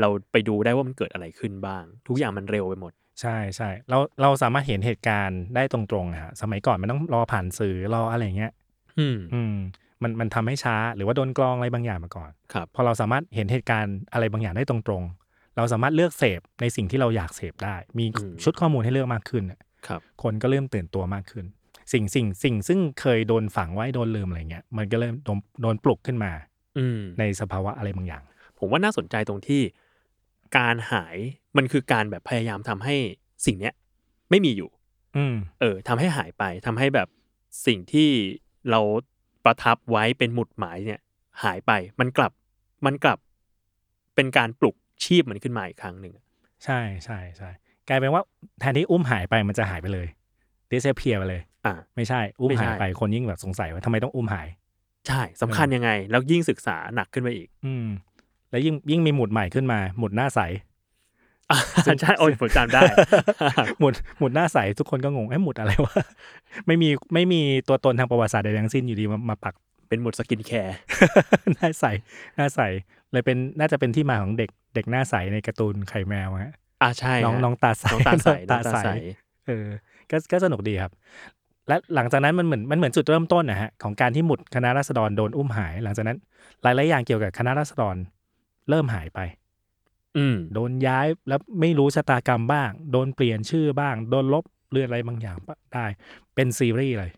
Speaker 2: เราไปดูได้ว่ามันเกิดอะไรขึ้นบ้าง ทุกอย่างมันเร็วไปหมด
Speaker 4: ใช่ใช่เราเราสามารถเห็นเหตุการณ์ได้ตรงๆอะฮะสมัยก่อนมันต้องรอผ่านสื่อรออะไรเงี้ย
Speaker 2: อืม
Speaker 4: อืมมันมันทำให้ช้าหรือว่าโดนกรองอะไรบางอย่างมาก่อน
Speaker 2: ครับ
Speaker 4: พอเราสามารถเห็นเหตุการณ์อะไรบางอย่างได้ตรงๆ เราสามารถเลือกเสพในสิ่งที่เราอยากเสพได้ มี
Speaker 2: อืม
Speaker 4: ชุดข้อมูลให้เลือกมากขึ้นน่ะ
Speaker 2: ครับ
Speaker 4: คนก็เริ่มตื่นตัวมากขึ้น สิ่งสิ่งสิ่งซึ่งเคยโดนฝังไว้โดนลืมอะไรเงี้ยมันก็เริ่มโดนโดนปลุกขึ้นมา
Speaker 2: อืม
Speaker 4: ในสภาวะอะไรบางอย่าง
Speaker 2: ผมว่าน่าสนใจตรงที่ การหาย มันคือการแบบพยายามทำให้สิ่งเนี้ย ไม่มีอยู่
Speaker 4: อืม
Speaker 2: เออทำให้หายไปทำให้แบบสิ่งที่เราประทับไว้เป็นหมุดหมายเนี่ย หายไปมันกลับมันกลับเป็นการปลุกชีพมันขึ้นมาอีกครั้งหนึ่ง
Speaker 4: ใช่ใช่ใช่กลายเป็นว่าแทนที่อุ้มหายไปมันจะหายไปเลยเดซเพียไปเลย
Speaker 2: อ่า
Speaker 4: ไม่ใช่อุ้ม
Speaker 2: ไม่ใช่
Speaker 4: หายไปคนยิ่งแบบสงสัยว่าทำไมต้องอุ้มหาย
Speaker 2: ใช่สำคัญยังไง แล้วยิ่งศึกษาหนักขึ้นไปอีก
Speaker 4: อืม แล้วยิ่งยิ่งมีหมุดใหม่ขึ้นมา หมุดหน้าใส
Speaker 2: อ่ะ
Speaker 4: ซึ่ง
Speaker 2: ใช่โอ้ยผมจำได้
Speaker 4: หมุดหมุดหน้าใสทุกคนก็งงเอ้หมุดอะไร วะ ไม่มีไม่มีตัวตนทางประวัติศาสตร์ใดๆทั้งสิ้นอยู่ดีมามาปัก
Speaker 2: เป็นหมุดสกินแคร์
Speaker 4: หน้าใสหน้าใสเลยเป็นน่าจะเป็นที่มาของเด็กเด็กหน้าใสในการ์ตูนไข่แมวฮะ
Speaker 2: อ่าใช่
Speaker 4: น้อง
Speaker 2: ฮะ
Speaker 4: น้องตาใส
Speaker 2: น้องตาใส
Speaker 4: น้อง
Speaker 2: น้
Speaker 4: ตา
Speaker 2: องตา
Speaker 4: ใส
Speaker 2: ใส
Speaker 4: เออก็ก็สนุกดีครับ และหลังจากนั้นมันเหมือนมันเหมือนจุดเริ่มต้นนะฮะของการที่หมุดคณะราษฎรโดนอุ้มหาย หลังจากนั้น หลายๆอย่างเกี่ยวกับคณะราษฎรเริ่มหายไป
Speaker 2: อืม
Speaker 4: โดนย้ายแล้วไม่รู้ชะตากรรมบ้าง โดนเปลี่ยนชื่อบ้าง โดนลบเรื่องอะไรบางอย่างได้ เป็นซีรีส์เลย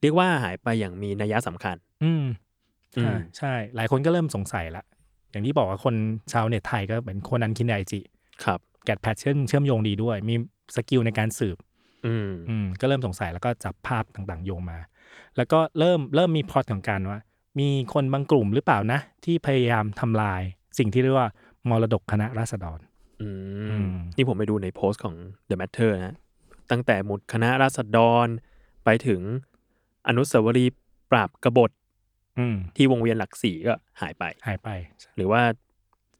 Speaker 2: เรียกว่าหายไปอย่างมีนัยสำคัญ
Speaker 4: อืม
Speaker 2: อืม
Speaker 4: อ่าใช่ หลายคนก็เริ่มสงสัยละ อย่างที่บอกว่าคนชาวเน็ตไทยก็เหมือนคนนันคินไดจิ
Speaker 2: ครับ
Speaker 4: แกดแพทเชื่อมเชื่อมโยงดีด้วย มีสกิลในการสืบ
Speaker 2: อืม
Speaker 4: อืมก็เริ่มสงสัยแล้วก็จับภาพต่างๆ โยงมา แล้วก็เริ่มเริ่มมีพล็อตของการว่า มีคนบางกลุ่มหรือเปล่านะ ที่พยายามทำลาย สิ่งที่เรียกว่ามรดกคณะราษฎร
Speaker 2: อื
Speaker 4: อื
Speaker 2: ม
Speaker 4: ม
Speaker 2: นี่ผมไปดูในโพสต์ของ The Matter นะ ตั้งแต่หมุดคณะราษฎร ไปถึงอนุสาวรีย์ ปราบกบฏ
Speaker 4: อืม
Speaker 2: ที่วงเวียนหลักสี่ก็หายไป
Speaker 4: หายไป
Speaker 2: หรือว่า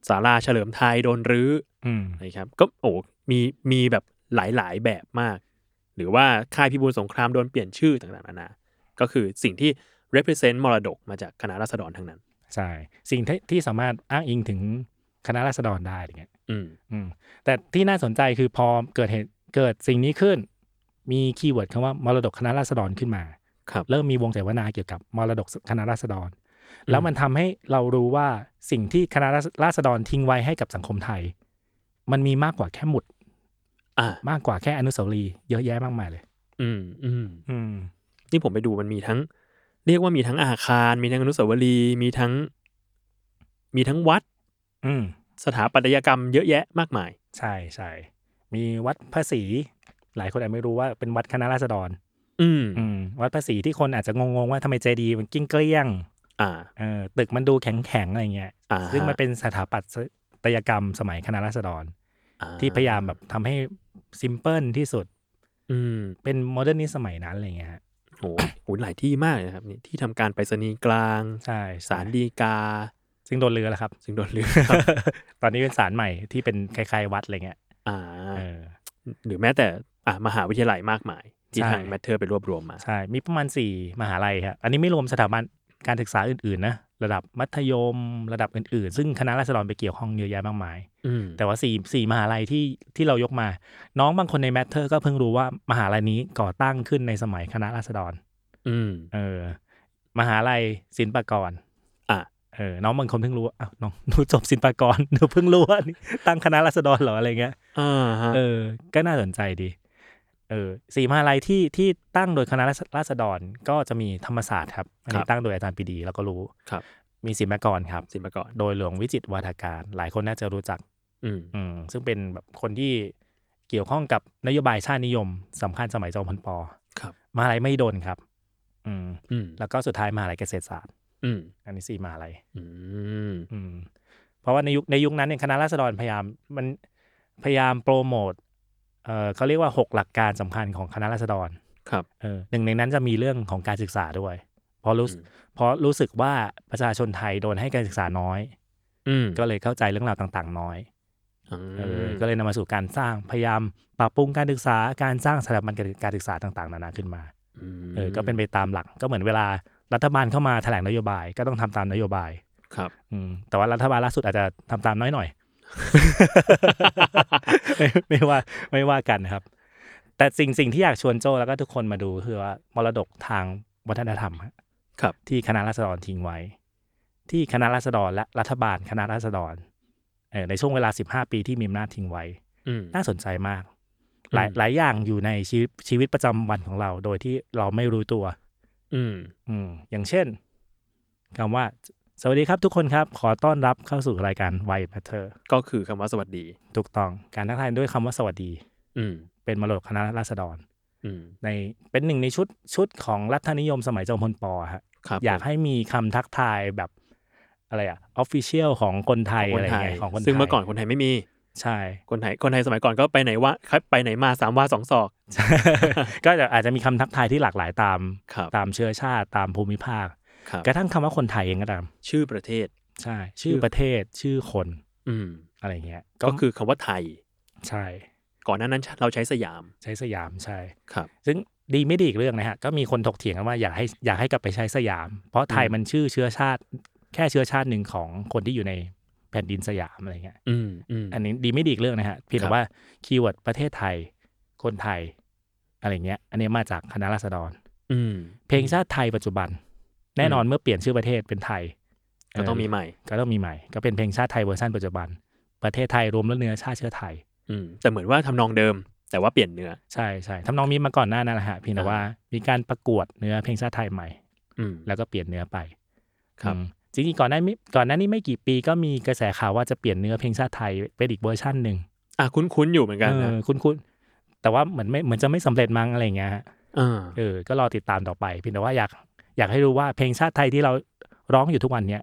Speaker 2: ศาลาเฉลิมไทยโดนรื้อ
Speaker 4: อืม
Speaker 2: นะครับ ก็โอ้มีมีแบบหลายๆแบบมาก หรือว่าค่ายพิบูลสงครามโดนเปลี่ยนชื่อต่างๆนานา ก็คือสิ่งที่ represent มรดกมาจากคณะราษฎรทั้งนั้น
Speaker 4: ใช่สิ่งที่ที่สามารถอ้างอิงถึงคณะราษฎรได้อย่างเงี้ย
Speaker 2: อืม
Speaker 4: อืมแต่ที่น่าสนใจคือพอเกิดเหตุเกิดสิ่งนี้ขึ้น มีคีย์เวิร์ดคำว่ามรดกคณะราษฎรขึ้นมา
Speaker 2: ครับ
Speaker 4: เริ่มมีวงเสวนาเกี่ยวกับมรดกคณะราษฎร แล้วมันทำให้เรารู้ว่าสิ่งที่คณะราษฎรทิ้งไว้ให้กับสังคมไทย มันมีมากกว่าแค่หมุด
Speaker 2: อ่า
Speaker 4: มากกว่าแค่อนุสาวรีย์เยอะแยะมากมายเลย
Speaker 2: อืมอืม
Speaker 4: อืม
Speaker 2: นี่ผมไปดูมันมีทั้ง เรียกว่ามีทั้งอาคาร มีทั้งอนุสาวรีย์มีทั้ง มีทั้งวัด
Speaker 4: อืม
Speaker 2: สถาปัตยกรรมเยอะแยะมากมาย
Speaker 4: ใช่ใช่มีวัดพระศรีหลายคนอาจไม่รู้ว่าเป็นวัดคณะราษฎร
Speaker 2: อืม
Speaker 4: อืม วัดพระศรีที่คนอาจจะงงๆว่าทำไมเจดีย์มันกิ้งเกลี้ยง
Speaker 2: อ่า
Speaker 4: เออตึกมันดูแข็งๆอะไรเงี้ย
Speaker 2: อ่า
Speaker 4: ซึ่งมันเป็นสถาปัตยกรรมสมัยคณะราษฎร
Speaker 2: อ่
Speaker 4: ที่พยายามแบบทำให้ซิมเพิลที่สุด
Speaker 2: อืม
Speaker 4: เป็นโมเดิร์นนิสสมัยนั้นอะไรเงี้ยฮะ
Speaker 2: โหโหหลายที่มากเลยนะครับนี่ที่ทำการไปรษณีย์กลาง
Speaker 4: ใช่
Speaker 2: สารดีกา
Speaker 4: ซึ่งโดนเรือแล้วครับ
Speaker 2: ซึ่งโดนลืม
Speaker 4: ตอนนี้เป็นสารใหม่ที่เป็นคล้ายๆวัดอะไรเงี้ย
Speaker 2: อ่า
Speaker 4: เออ
Speaker 2: หรือแม้แต่อ่ามหาวิทยาลัยมากมาย ที่
Speaker 4: ใช่
Speaker 2: ทางแมทเทอร์ไปรวบรวมมา
Speaker 4: ใช่มีประมาณ 4 มหาลัยครับอันนี้ไม่รวมสถาบันการศึกษาอื่นๆนะระดับมัธยมระดับอื่นๆ ซึ่งคณะราษฎรไปเกี่ยวข้องเยอะแยะมากมาย
Speaker 2: อืม
Speaker 4: แต่ว่า4่มหาลัยที่ที่เรายกมา น้องบางคนในแมทเทอร์ก็เพิ่งรู้ว่ามหาลัยนี้ก่อตั้งขึ้นในสมัยคณะราษฎร
Speaker 2: อืม
Speaker 4: เออ มหาลัยศิลปากร
Speaker 2: อ่ะ
Speaker 4: เออ น้องบางคนเพิ่งรู้ว่าอ้าวน้อง หนูจบศิลปากร หนูเพิ่งรู้ว่านี่ตั้งคณะราษฎรเหรออะไรเงี้ย
Speaker 2: อ่าฮะ
Speaker 4: เออ ก็น่าสนใจดี เออสี่มหาลัยที่ที่ตั้งโดยคณะราษราษฎรก็จะมีธรรมศาสตร์ครับ อันนี้ตั้งโดยอาจารย์ปรีดีเราก็รู้
Speaker 2: ครับ
Speaker 4: มีศิลปากรครับ
Speaker 2: สินประกอบ
Speaker 4: โดยหลวงวิจิตรวาทการ หลายคนน่าจะรู้จัก
Speaker 2: อืม
Speaker 4: อืม ซึ่งเป็นแบบคนที่เกี่ยวข้องกับนโยบายชาตินิยมสำคัญสมัยจอมพลปอ
Speaker 2: ครับ
Speaker 4: มหาลัยไม่ดนครับ อืม
Speaker 2: อืม
Speaker 4: แล้วก็สุดท้ายมหาลัยเกษตรศาสตร์
Speaker 2: อืม
Speaker 4: อันนี้สี่มหาลัย
Speaker 2: อืม
Speaker 4: อืมเพราะว่าในยุคในยุคนั้นเนี่ยคณะราษฎรพยายามมันพยายามโปรโมทเออเขาเรียกว่าหกหลักการสำคัญของคณะราษฎร
Speaker 2: ครับ
Speaker 4: เออหนึ่งในนั้นจะมีเรื่องของการศึกษาด้วยเพราะรู้
Speaker 2: อืม
Speaker 4: เพราะรู้สึกว่าประชาชนไทยโดนให้การศึกษาน้อย
Speaker 2: อืม
Speaker 4: ก็เลยเข้าใจเรื่องราวต่างๆ น้อย
Speaker 2: ม
Speaker 4: เออก็เลยนำมาสู่การสร้างพยายามปรับปรุงการศึกษาการสร้างสถาบันการศึกษาต่างๆนานาขึ้นมาเออก็เป็นไปตามหลักก็เหมือนเวลารัฐบาลเข้ามาแถลงนโยบายก็ต้องทำตามนโยบาย
Speaker 2: ครับ
Speaker 4: อืมแต่ว่ารัฐบาลล่าสุดอาจจะทำตามน้อยห น่อย ไม่ไม่ว่าไม่ว่ากันนะครับ แต่สิ่งสิ่งที่อยากชวนโจแล้วก็ทุกคนมาดูคือว่ามรดกทางวัฒนธรรมฮะ
Speaker 2: ครับ
Speaker 4: ที่คณะราษฎรทิ้งไว้ ที่คณะราษฎรและรัฐบาลคณะราษฎรเอ่อในช่วงเวลา 15 ปีที่มีอำนาจทิ้งไว้
Speaker 2: อืม
Speaker 4: น่าสนใจมาก หลาย
Speaker 2: อืม
Speaker 4: หลายอย่างอยู่ในชีวิตชีวิตประจำวันของเรา โดยที่เราไม่รู้ตัว
Speaker 2: อืม
Speaker 4: อืมอย่างเช่นคำว่า สวัสดีครับทุกคนครับ ขอต้อนรับเข้าสู่รายการไวแพทเทอร์
Speaker 2: ก็คือคำว่าสวัสดี
Speaker 4: ถูกต้องการทักทายด้วยคำว่าสวัสดี
Speaker 2: อืม
Speaker 4: เป็นมรดกคณะราษฎร
Speaker 2: อืม
Speaker 4: ในเป็นหนึ่งในชุดชุดของรัฐนิยมสมัยจอมพลปอฮะ
Speaker 2: ครับ
Speaker 4: อยาก
Speaker 2: ผม
Speaker 4: ให้มีคำทักทายแบบอะไรอะออฟฟิเชียลของคนไทย
Speaker 2: ค
Speaker 4: อะ
Speaker 2: น
Speaker 4: ไร
Speaker 2: ไทย
Speaker 4: เงี้ยของคนไทย
Speaker 2: ซึ่งเมื่อก่อนคนไทยไม่มี
Speaker 4: ใช่
Speaker 2: คนไทย คนไทยสมัยก่อนก็ไปไหนว่าครับไปไหนมาสามว่าสองศอก
Speaker 4: ก็จะอาจจะมีคำทักทายที่หลากหลายตาม
Speaker 2: ครับ
Speaker 4: ตามเชื้อชาติตามภูมิภาค
Speaker 2: ครับ
Speaker 4: กระทั่งคำว่าคนไทยเองก็ตาม
Speaker 2: ชื่อประเทศ
Speaker 4: ใช่ ชื่อประเทศชื่อคน
Speaker 2: อืม
Speaker 4: อะไรเงี้ย
Speaker 2: ก็คือคำว่าไทย
Speaker 4: ใช่
Speaker 2: ก่อนหน้านั้นเราใช้สยาม
Speaker 4: ใช้สยามใช่
Speaker 2: ครับ
Speaker 4: ซึ่งดีไม่ดีอีกเรื่องนะฮะ ก็มีคนถกเถียงกันว่าอยากให้อยากให้กลับไปใช้สยาม เพราะไทย
Speaker 2: อืม
Speaker 4: มันชื่อเชื้อชาติ แค่เชื้อชาติหนึ่งของคนที่อยู่ในแผ่นดินสยามอะไรเงี้ย
Speaker 2: อืม อืม
Speaker 4: อันนี้ดีไม่ดีอีกเรื่องนะฮะ เพียง
Speaker 2: ครั
Speaker 4: แต่
Speaker 2: บ
Speaker 4: ว่าคีย์เวิร์ดประเทศไทย คนไทยอะไรเงี้ย อันนี้มาจากคณะราษฎร
Speaker 2: อืม
Speaker 4: เพลงชาติไทยปัจจุบัน แน่นอนเมื่อเปลี่ยนชื่อประเทศเป็นไทย
Speaker 2: ก็ต้องมีใหม่
Speaker 4: ก็ต้องมีใหม่ ก็เป็นเพลงชาติไทยเวอร์ชันปัจจุบัน ประเทศไทยรวมแล้วเนื้อชาติเชื้อไทย
Speaker 2: อืม แต่เหมือนว่าทำนองเดิม แต่ว่าเปลี่ยนเนื้อ
Speaker 4: ใช่ใช่ทำนองมีมาก่อนหน้านั่นแหละฮะเพียงแต่ว่ามีการประกวดเนื้อเพลงชาติไทยใหม่
Speaker 2: อืม
Speaker 4: แล้วก็เปลี่ยนเนื้อไป
Speaker 2: ครับ
Speaker 4: อืมจริงๆก่อนหน้านี้ก่อนหน้านี้ไม่กี่ปีก็มีกระแสข่าวว่าจะเปลี่ยนเนื้อเพลงชาติไทยเป็นอีกเวอร์ชันหนึ่ง
Speaker 2: อ่ะคุ้นๆอยู่เหมือนกัน
Speaker 4: เอ
Speaker 2: นะ
Speaker 4: อคุณคุณแต่ว่าเหมือนไม่เหมือนจะไม่สำเร็จมั้งอะไรอย่างเงี้ยฮะ
Speaker 2: อ่า
Speaker 4: เออก็รอติดตามต่อไปเพียงแต่ว่าอยากอยากให้รู้ว่าเพลงชาติไทยที่เราร้องอยู่ทุกวันเนี้ย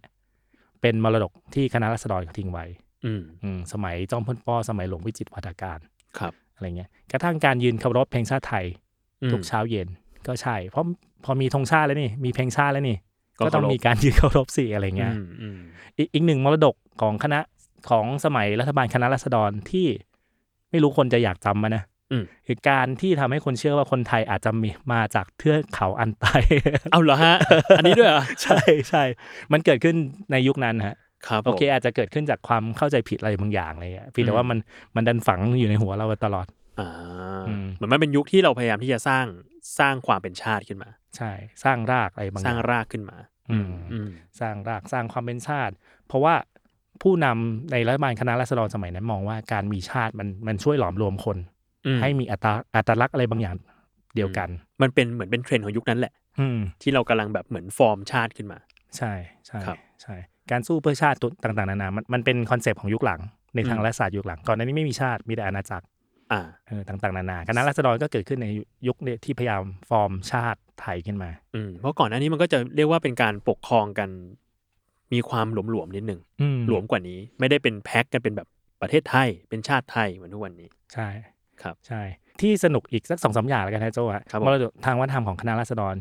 Speaker 4: เป็นมรดกที่คณะราษฎรเขาทิ้งไว้
Speaker 2: อืม
Speaker 4: อืมสมัยจอมพลปสมัยหลวงวิจิตรวัฒการ
Speaker 2: ครับ
Speaker 4: อะไรเงี้ยกระทั่งการยืนเคารพเพลงชาติไทย
Speaker 2: อืม
Speaker 4: ทุกเช้าเย็นก็ใช่ เพราะ พอมีธงชาติแล้วนี่มีเพลงชาติแล้วนี่
Speaker 2: ก็
Speaker 4: ก็ต้อง
Speaker 2: เคารพ
Speaker 4: มีการยืนเคารพสิอะไรเงี้ย
Speaker 2: อืมอืม
Speaker 4: อีกอีกหนึ่งมรดกของคณะของสมัยรัฐบาลคณะราษฎรที่ไม่รู้คนจะอยากจำมันนะ
Speaker 2: อืม
Speaker 4: คือการที่ทำให้คนเชื่อว่าคนไทยอาจจะมีมาจากเทือกเขาอันไต
Speaker 2: เอาเหรอฮะ อันนี้ด้วยเหรอ
Speaker 4: ใช่ใช่ มันเกิดขึ้นในยุคนั้นฮะ
Speaker 2: ครับผม
Speaker 4: โอเค อาจจะเกิดขึ้นจากความเข้าใจผิดอะไรบางอย่างอะไรเงี้ยเพียงแต่ว่ามันมันดันฝังอยู่ในหัวเราตลอด
Speaker 2: อ่า
Speaker 4: อืม
Speaker 2: เหมือนมันเป็นยุคที่เราพยายามที่จะสร้างสร้างความเป็นชาติขึ้นมา
Speaker 4: ใช่ สร้างรากอะไรบางอ
Speaker 2: สร้า
Speaker 4: ย่าง ง
Speaker 2: รากขึ้นมา
Speaker 4: อืม
Speaker 2: อืม
Speaker 4: สร้างรากสร้างความเป็นชาติ เพราะว่าผู้นำในรัฐบาลคณะราษฎรสมัยนั้นมองว่าการมีชาติมันมันช่วยหลอมรวมคน
Speaker 2: อืม
Speaker 4: ให้มีอัตราอัตลักษณ์อะไรบางอย่างเดียวกัน
Speaker 2: มันเป็นเหมือนเป็นเทรนด์ของยุคนั้นแหละ
Speaker 4: อืม
Speaker 2: ที่เรากำลังแบบเหมือนฟอร์มชาติขึ้นมา
Speaker 4: ใช่ใช่
Speaker 2: ครับ
Speaker 4: ใช่ การสู้เพื่อชาติตัวต่างๆนานา มันมันเป็นคอนเซปต์ของยุคหลัง ในทาง
Speaker 2: อืม
Speaker 4: รัฐศาสตร์ยุคหลัง ก่อนหน้านี้ไม่มีชาติ มีแต่อาณาจักร
Speaker 2: อ่า
Speaker 4: เออต่างๆนานา คณะราษฎรก็เกิดขึ้นในยุคที่พยายามฟอร์มชาติไทยขึ้นมา
Speaker 2: อืมเพราะก่อนหน้านี้มันก็จะเรียกว่าเป็นการปกครองกัน มีความหลวมๆนิดหนึ่ง
Speaker 4: อืม
Speaker 2: หลวมกว่านี้ ไม่ได้เป็นแพ็กกันเป็นแบบประเทศไทย เป็นชาติไทยเหมือนทุกวันนี้
Speaker 4: ใช่
Speaker 2: ครับ
Speaker 4: ใช่ ที่สนุกอีกสักสองสามอย่างแล้วกันนะโจอะ
Speaker 2: ครับผม
Speaker 4: มรดกทางวัฒนธรรมของคณะราษฎร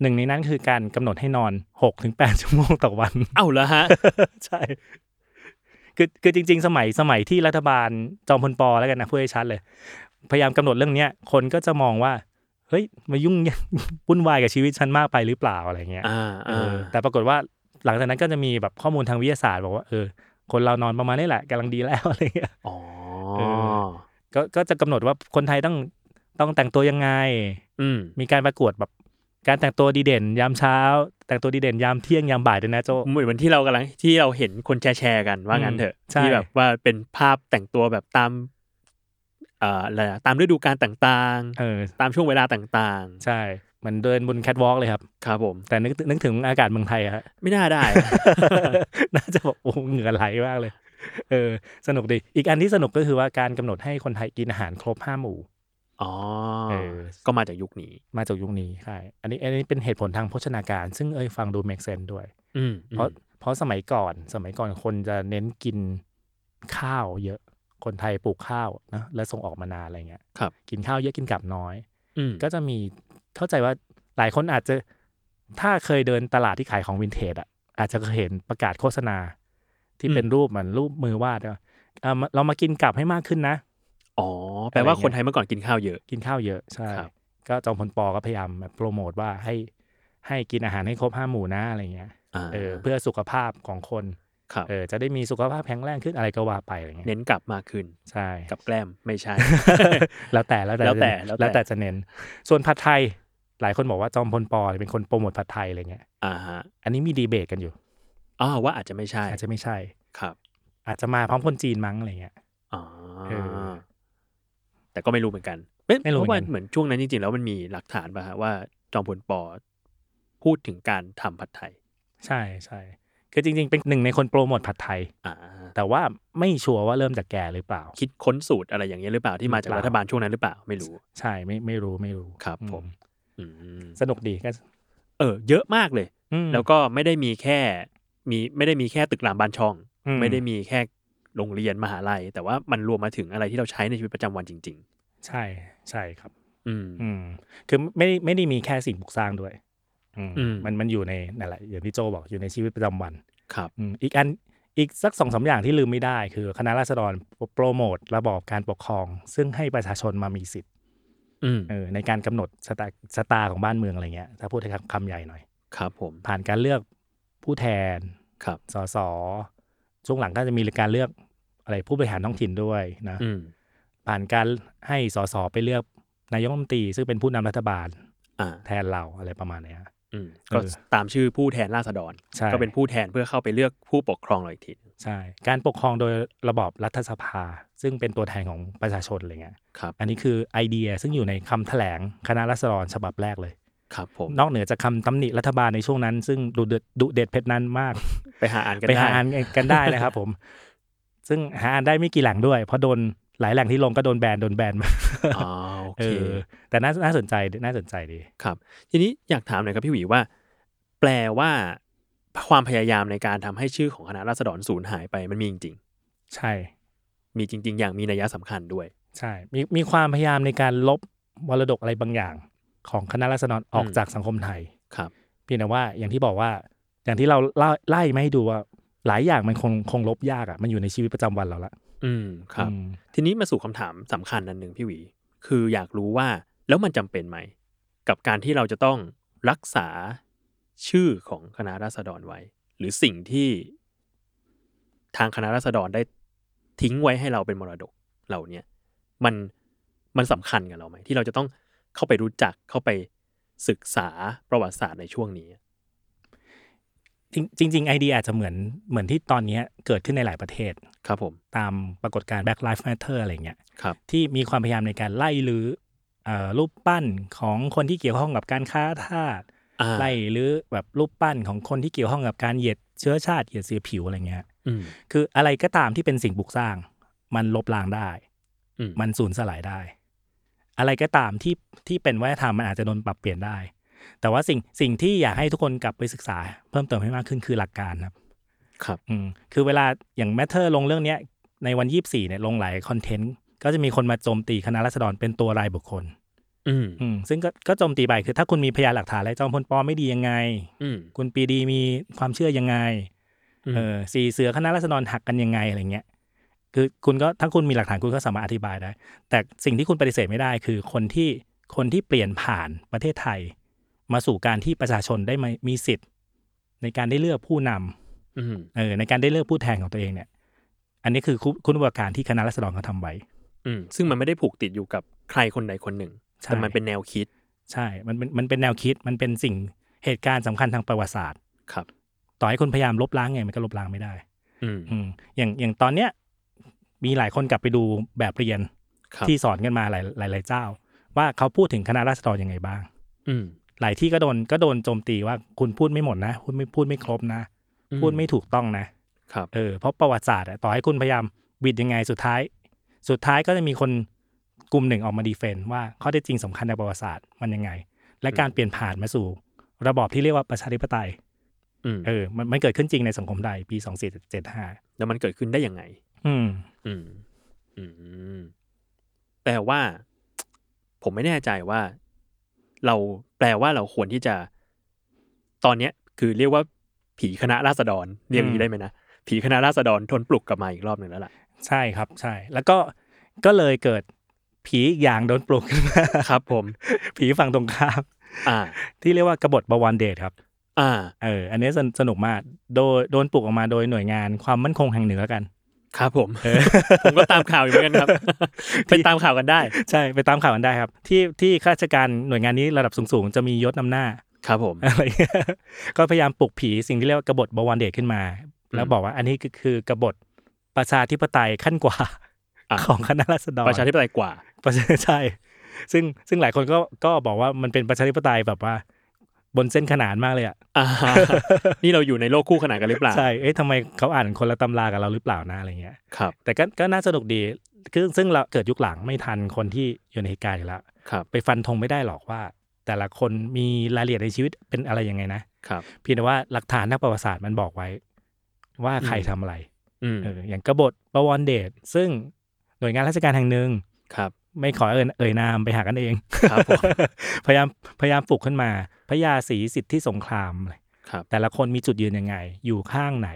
Speaker 4: หนึ่งในนั้นคือการกำหนดให้นอนหกถึงแปดชั่วโมงต่อวัน
Speaker 2: เอ้าเหรอฮะ
Speaker 4: ใช่ คือคือจริง ๆ สมัยสมัยที่รัฐบาลจอมพลปอแล้วกันนะพูดให้ชัดเลย พยายามกำหนดเรื่องเนี้ยคนก็จะมองว่า เฮ้ย มายุ่ง วุ่นวายกับชีวิตฉันมากไปหรือเปล่าอะไรเงี้ย
Speaker 2: อ่า
Speaker 4: เอ
Speaker 2: อ่า
Speaker 4: อแต่ปรากฏว่าหลังจากนั้นก็จะมีแบบข้อมูลทางวิทยาศาสตร์บอกว่าเออคนเรานอนประมาณนี้แหละกำลังดีแล้ว อะไรเงี้ย
Speaker 2: อ๋อ
Speaker 4: เอ ก็ก็จะกำหนดว่าคนไทยต้องต้องแต่งตัวยังไง
Speaker 2: อืม
Speaker 4: มีการประกวดแบบการแต่งตัวดีเด่น ยามเช้า แต่งตัวดีเด่นยามเที่ยงยามบ่ายด้วยนะโจ
Speaker 2: เหมือนที่เรากำลังที่เราเห็นคนแชร์แชร์ๆกันว่างั้นเถอะ
Speaker 4: ใช่
Speaker 2: ที่แบบว่าเป็นภาพแต่งตัวแบบตามเอ่ออะไรนะตามฤดูกาลต่าง
Speaker 4: เออ
Speaker 2: ๆ ตามช่วงเวลาต่าง
Speaker 4: ใช่เหมันเดินบนแคทวอล์กเลยครับ
Speaker 2: ๆ ครับผม
Speaker 4: แต่นึกนึกถึงอากาศเมืองไทยอะฮะ
Speaker 2: ไม่น่าได้
Speaker 4: น่าจะแบบโอ้เหงื่อไหลมากเลย เออ สนุกดี อีกอันที่สนุกก็คือว่าการกำหนดให้คนไทยกินอาหารครบห้าหมู่
Speaker 2: อ๋อ
Speaker 4: เออ
Speaker 2: ก็มาจากยุคนี้
Speaker 4: มาจากยุคนี้ใช่อันนี้อันนี้เป็นเหตุผลทางโภชนาการ ซึ่งเอ้ยฟังดูเมกเซนด้วย
Speaker 2: อืม
Speaker 4: เพราะเพราะสมัยก่อนสมัยก่อนคนจะเน้นกินข้าวเยอะคนไทยปลูกข้าวนะและส่งออกมานานอะไรเงี้ย
Speaker 2: ครับ
Speaker 4: กินข้าวเยอะกินกลับน้อย
Speaker 2: อืม
Speaker 4: ก็จะมีเข้าใจว่าหลายคนอาจจะถ้าเคยเดินตลาดที่ขายของวินเทจอ่ะอาจจะเคยเห็นประกาศโฆษณา ที่เป็นรูปเหมือนรูปมือวาดอะเอ่อเรามากินกลับให้มากขึ้นนะ
Speaker 2: อ๋อ แปลว่า
Speaker 4: อะไรเงี้ย
Speaker 2: คนไทยเมื่อก่อนกินข้าวเยอะ
Speaker 4: กินข้าวเยอะใช่
Speaker 2: ครับ
Speaker 4: ก็จอมพลปอก็พยายามแบบโปรโมทว่าให้ให้กินอาหารให้ครบห้าหมู่นะอะไรเงี้ย
Speaker 2: อ่า
Speaker 4: เออเพื่อสุขภาพของคน
Speaker 2: ครับ
Speaker 4: เออจะได้มีสุขภาพแข็งแรงขึ้นอะไรก็ว่าไปอะไรเงี้ย
Speaker 2: เน้นกลับมากขึ้น
Speaker 4: ใช่
Speaker 2: กับแกล้มไม่ใช่
Speaker 4: แล้วแต่แล้วแต่
Speaker 2: แล้วแต่แล้
Speaker 4: แล้ว ว
Speaker 2: แต่
Speaker 4: แต่จะเน้น ส่วนผัดไทย หลายคนบอกว่าจอมพลปอเนี่ยเป็นคนโปรโมทผัดไทยอะไรเงี้ย
Speaker 2: อ่าฮะ
Speaker 4: อันนี้มีดีเบตกันอยู่
Speaker 2: อ้าวว่าอาจจะไม่ใช่
Speaker 4: อาจจะไม่ใช่
Speaker 2: ครับ
Speaker 4: อาจจะมาพร้อมคนจีนมั้งอะไรเงี้ย
Speaker 2: อ๋อ
Speaker 4: เออ
Speaker 2: แต่ก็ไม่รู้เหมือนกันเป็น
Speaker 4: ไม่รู้
Speaker 2: เพราะว่า
Speaker 4: เหมือน
Speaker 2: เหมื
Speaker 4: กัน
Speaker 2: อนช่วงนั้นจริงๆ แล้วมันมีหลักฐานป่ะฮะว่าจอมพลปอพูดถึงการทำผัดไทย
Speaker 4: ใช่ใช่คือจริงๆ เป็นหนึ่งในคนโปรโมทผัดไทย
Speaker 2: อ่า
Speaker 4: แต่ว่าไม่ชัวร์ว่าเริ่มจากแกหรือเปล่า
Speaker 2: คิดค้นสูตรอะไรอย่างเงี้ยหรือเปล่าที่มาจาก
Speaker 4: หรือ
Speaker 2: รัฐ
Speaker 4: เปล่า
Speaker 2: บาลช่วงนั้นหรือเปล่าไม่รู้
Speaker 4: ใช่ไม่ไม่รู้ไม่รู้
Speaker 2: ครับ
Speaker 4: อื
Speaker 2: ผม อืม
Speaker 4: สนุกดีก็
Speaker 2: เออ เยอะมากเลย
Speaker 4: อืม
Speaker 2: แล้วก็ไม่ได้มีแค่มีไม่ได้มีแค่ตึกรามบ้านช่อง
Speaker 4: อืม
Speaker 2: ไม่ได้มีแค่โรงเรียนมหาลัย แต่ว่ามันรวมมาถึงอะไรที่เราใช้ในชีวิตประจำวันจริง
Speaker 4: ใช่ใช่ครับ
Speaker 2: ๆ อืม
Speaker 4: อืม คือไม่ไม่ได้มีแค่สิ่งปลูกสร้างด้วย อืม
Speaker 2: อืม
Speaker 4: มันมันอยู่ในนั่นแหละอย่างที่โจบอกอยู่ในชีวิตประจำวัน
Speaker 2: ครับ
Speaker 4: อืมอีกอันอีกสักสองสาอย่างที่ลืมไม่ได้ คือคณะราษฎรโปรโมทระบอบการปกครอง ซึ่งให้ประชาชนมามีสิทธิ
Speaker 2: อืม
Speaker 4: เออในการกำหนดชะตาชะตาของบ้านเมืองอะไรเงี้ยถ้าพูดให้คำคำใหญ่หน่อย
Speaker 2: ครับผม
Speaker 4: ผ่านการเลือกผู้แทน
Speaker 2: ครับ
Speaker 4: สสช่วงหลังก็จะมีการเลือกอะไรผู้บริหารท้องถิ่นด้วยนะ
Speaker 2: อืม
Speaker 4: ผ่านการให้สสไปเลือกนายกรัฐมนตรีซึ่งเป็นผู้นำรัฐบาล
Speaker 2: อ่า
Speaker 4: แทนเราอะไรประมาณเนี้ย
Speaker 2: อืมก็
Speaker 4: เออ
Speaker 2: ตามชื่อผู้แทนราษฎร
Speaker 4: ใช่
Speaker 2: ก็เป็นผู้แทนเพื่อเข้าไปเลือกผู้ปกครองเราอีกที
Speaker 4: ใช่ การปกครองโดยระบอบรัฐสภา ซึ่งเป็นตัวแทนของประชาชนอะไรเงี้ย
Speaker 2: ครับ
Speaker 4: อันนี้คือไอเดียซึ่งอยู่ในคำแถลงคณะรัษฎรฉบับแรกเลย
Speaker 2: ครับผม
Speaker 4: นอกเหนือจากคำตำหนิรัฐบาลในช่วงนั้น ซึ่งดูเดือดดุเด็ดเผ็ดนั้นมาก
Speaker 2: ไปหาอ่านกัน
Speaker 4: ไปหา
Speaker 2: ด้
Speaker 4: อ่านกันได้นะครับผม ซึ่งหาอ่านได้ไม่กี่แหล่งด้วย เพราะโดนหลายแหล่งที่ลงก็โดนแบนโดนแบนมา
Speaker 2: อ๋อโอ
Speaker 4: เอ
Speaker 2: เค
Speaker 4: อ แต่น่าน่าสนใจดีน่าสนใจดี
Speaker 2: ครับ ทีนี้อยากถามหน่อยครับพี่หวีว่า แปลว่า ความพยายามในการทำให้ชื่อของคณะราษฎรสูญหายไปมันมีจริง
Speaker 4: ใช่
Speaker 2: ๆมีจริง ๆ อย่างมีนัยสำคัญด้วย
Speaker 4: ใช่ มีมีความพยายามในการลบมรดกอะไรบางอย่าง ของคณะราษฎรออก
Speaker 2: อืม
Speaker 4: จากสังคมไทย
Speaker 2: ครับ
Speaker 4: เพียงแต่ว่าอย่างที่บอกว่า อย่างที่เราเล่าไล่มาให้ดูว่าหลายอย่างมันคงคงลบยากอะ่ะมันอยู่ในชีวิตประจำวันเราละ
Speaker 2: อืมครับ
Speaker 4: อืม
Speaker 2: ทีนี้มาสู่คำถามสำคัญอันหนึ่งพี่หวี คืออยากรู้ว่าแล้วมันจำเป็นไหม กับการที่เราจะต้องรักษาชื่อของคณะราษฎรไว้ หรือสิ่งที่ทางคณะราษฎรได้ทิ้งไว้ให้เราเป็นมรดกเหล่าเนี้ยมันมันสำคัญกับเราไหม ที่เราจะต้องเข้าไปรู้จักเข้าไปศึกษาประวัติศาสตร์ในช่วงนี้
Speaker 4: จริงจริงไอเดียอาจจะเหมือนเหมือนที่ตอนเนี้ยเกิดขึ้นในหลายประเทศ
Speaker 2: ครับผม
Speaker 4: ตามปรากฏการณ์ Black Lives Matter อะไรเงี้ย
Speaker 2: ครับ
Speaker 4: ที่มีความพยายามในการไล่รื้อเอ่อรูปปั้นของคนที่เกี่ยวข้องกับการค้าทาส
Speaker 2: อ่า
Speaker 4: ไล่รื้อแบบรูปปั้นของคนที่เกี่ยวข้องกับการเหยียดเชื้อชาติเหยียดสีผิวอะไรเงี้ย
Speaker 2: อืม
Speaker 4: คืออะไรก็ตามที่เป็นสิ่งปลูกสร้าง มันลบล้างได้
Speaker 2: อืม
Speaker 4: มันสูญสลายได้ อะไรก็ตามที่ที่เป็นวัฒนธรรมมันอาจจะโดนปรับเปลี่ยนได้ แต่ว่าสิ่งสิ่งที่อยากให้ทุกคนกลับไปศึกษา เพิ่มเติมให้มากขึ้นคือหลักการครับ
Speaker 2: ครับ
Speaker 4: อืมคือเวลาอย่างแมทเทอร์ลงเรื่องเนี้ยในวันยี่สี่เนี่ยลงหลายคอนเทนต์ ก็จะมีคนมาโจมตีคณะรัษฎรเป็นตัวรายบุคคล
Speaker 2: อืม
Speaker 4: อืมซึ่งก็ก็โจมตีไปคือถ้าคุณมีพยานหลักฐานอะไรจอมพลปอไม่ดียังไง
Speaker 2: อืม
Speaker 4: คุณปรีดีมีความเชื่อยังไง
Speaker 2: อืม
Speaker 4: เออสีเสือคณะรัษฎรหักกันยังไงอะไรเงี้ย คือคุณก็ถ้าคุณมีหลักฐานคุณก็สามารถอธิบายได้ แต่สิ่งที่คุณปฏิเสธไม่ได้คือคนที่คนที่เปลี่ยนผ่านประเทศไทย มาสู่การที่ประชาชนได้มามีสิทธิ์ ในการได้เลือกผู้นำ
Speaker 2: อืม
Speaker 4: เออในการได้เลือกผู้แทนของตัวเองเนี่ย อันนี้คือคุณคุณอุปการที่คณะรัษฎรเขาทำไว้
Speaker 2: อืมซึ่งมันไม่ได้ผูกติดอยู่กับใครคนใดคนหนึ่ง
Speaker 4: ใช่
Speaker 2: แต่มันเป็นแนวคิด
Speaker 4: ใช่ มันเป็นมันเป็นแนวคิดมันเป็นสิ่งเหตุการณ์สำคัญทางประวัติศาสตร์
Speaker 2: ครับ
Speaker 4: ต่อให้คุณพยายามลบล้างไงมันก็ลบล้างไม่ได้
Speaker 2: อืม
Speaker 4: อืมอย่างอย่างตอนเนี้ยมีหลายคนกลับไปดูแบบเรียน
Speaker 2: ครับ
Speaker 4: ที่สอนกันมาหลายหลายหลายเจ้า ว่าเขาพูดถึงคณะราษฎรยังไงบ้าง
Speaker 2: อืม
Speaker 4: หลายที่ก็โดนก็โดนโจมตีว่าคุณพูดไม่หมดนะพูดไม่พูดไม่ครบนะ พูดไม่ถูกต้องนะครับ เออเพราะประวัติศาสตร์อะต่อให้คุณพยายามบิดยังไงสุดท้าย สุดท้ายก็จะมีคนกลุ่มหนึ่งออกมาดีเฟนต์ว่าข้อเท็จจริงสำคัญในประวัติศาสตร์มันยังไง และการเปลี่ยนผ่านมาสู่ ระบอบที่เรียกว่าประชาธิปไตย
Speaker 2: อืม
Speaker 4: เออมันมันเกิดขึ้นจริงในสังคมไทยปี2475
Speaker 2: แล้วมันเกิดขึ้นได้ยังไง
Speaker 4: อืม
Speaker 2: อืม อืม แต่ว่า ผมไม่แน่ใจว่า เราแปลว่าเราควรที่จะ ตอนเนี้ย คือเรียกว่า ผีคณะราษฎรเรียกอย่าง
Speaker 4: อื
Speaker 2: นี้
Speaker 4: ม
Speaker 2: ได้ไหมนะผีคณะราษฎรทนปลุกกลับมาอีกรอบหนึ่งแล้วล่ะ
Speaker 4: ใช่ครับใช่ แล้วก็ก็เลยเกิดผีอีกอย่างโดนปลุกขึ้นมา
Speaker 2: ครับ ผม
Speaker 4: ผีฝั่งตรงข้าม
Speaker 2: อ่า
Speaker 4: ที่เรียกว่ากบฏบวรเดชครับ
Speaker 2: อ่า
Speaker 4: เอออันนี้สนสนุกมากโดยโดนปลุกออกมาโดยหน่วยงานความมั่นคงแห่งเหนือกัน
Speaker 2: ครับผม ผมก็ตามข่าวอยู่เหมือนกันครับ ไปตามข่าวกันได้
Speaker 4: ใช่ไปตามข่าวกันได้ครับ ที่ที่ข้าราชการหน่วยงานนี้ระดับสูงๆ จะ มียศนำหน้า
Speaker 2: ครับผม
Speaker 4: อะไรเงี้ยก็พยายามปลุกผีสิ่งที่เรียกว่ากบฏบวรเดชขึ้นมา แล้วบอกว่าอันนี้คือคือกบฏประชาธิปไตยขั้นกว่า
Speaker 2: อ่ะ
Speaker 4: ของคณะรัษฎร
Speaker 2: ประชาธิปไตยกว่า
Speaker 4: ประชา ใช่ ซึ่งซึ่งหลายคนก็ก็บอกว่ามันเป็นประชาธิปไตยแบบว่า บนเส้นขนานมากเลยอ่ะ
Speaker 2: อ่า นี่เราอยู่ในโลกคู่ขนานกันหรือเปล่า
Speaker 4: ใช่ เอ๊ะทำไมเขาอ่านคนละตำรากับเราหรือเปล่านะอะไรเงี้ย
Speaker 2: ครับ
Speaker 4: แต่ก็ก็น่าสนุกดีซึ่งซึ่งเราเกิดยุคหลังไม่ทันคนที่อยู่ในเหตุการณ์อยู่แล้ว
Speaker 2: ครับ
Speaker 4: ไปฟันธงไม่ได้หรอกว่า แต่ละคนมีรายละเอียดในชีวิตเป็นอะไรยังไงนะครับ เพียงแต่ว่าหลักฐานทางประวัติศาสตร์มันบอกไว้ ว่าใคร
Speaker 2: อืม
Speaker 4: ทำอะไร
Speaker 2: อืม
Speaker 4: เอออย่างกบฏประวรเดชซึ่งหน่วยงานราชการแห่งหนึ่ง
Speaker 2: ครับ
Speaker 4: ไม่ขอเอ่ยเอ่ยนามไปหากันเอง
Speaker 2: ครับผม
Speaker 4: พยายามพยายามปลุกขึ้นมาพระยาศรีสิทธิสงคราม
Speaker 2: ครับ
Speaker 4: แต่ละคนมีจุดยืนยังไง อยู่ข้างไหน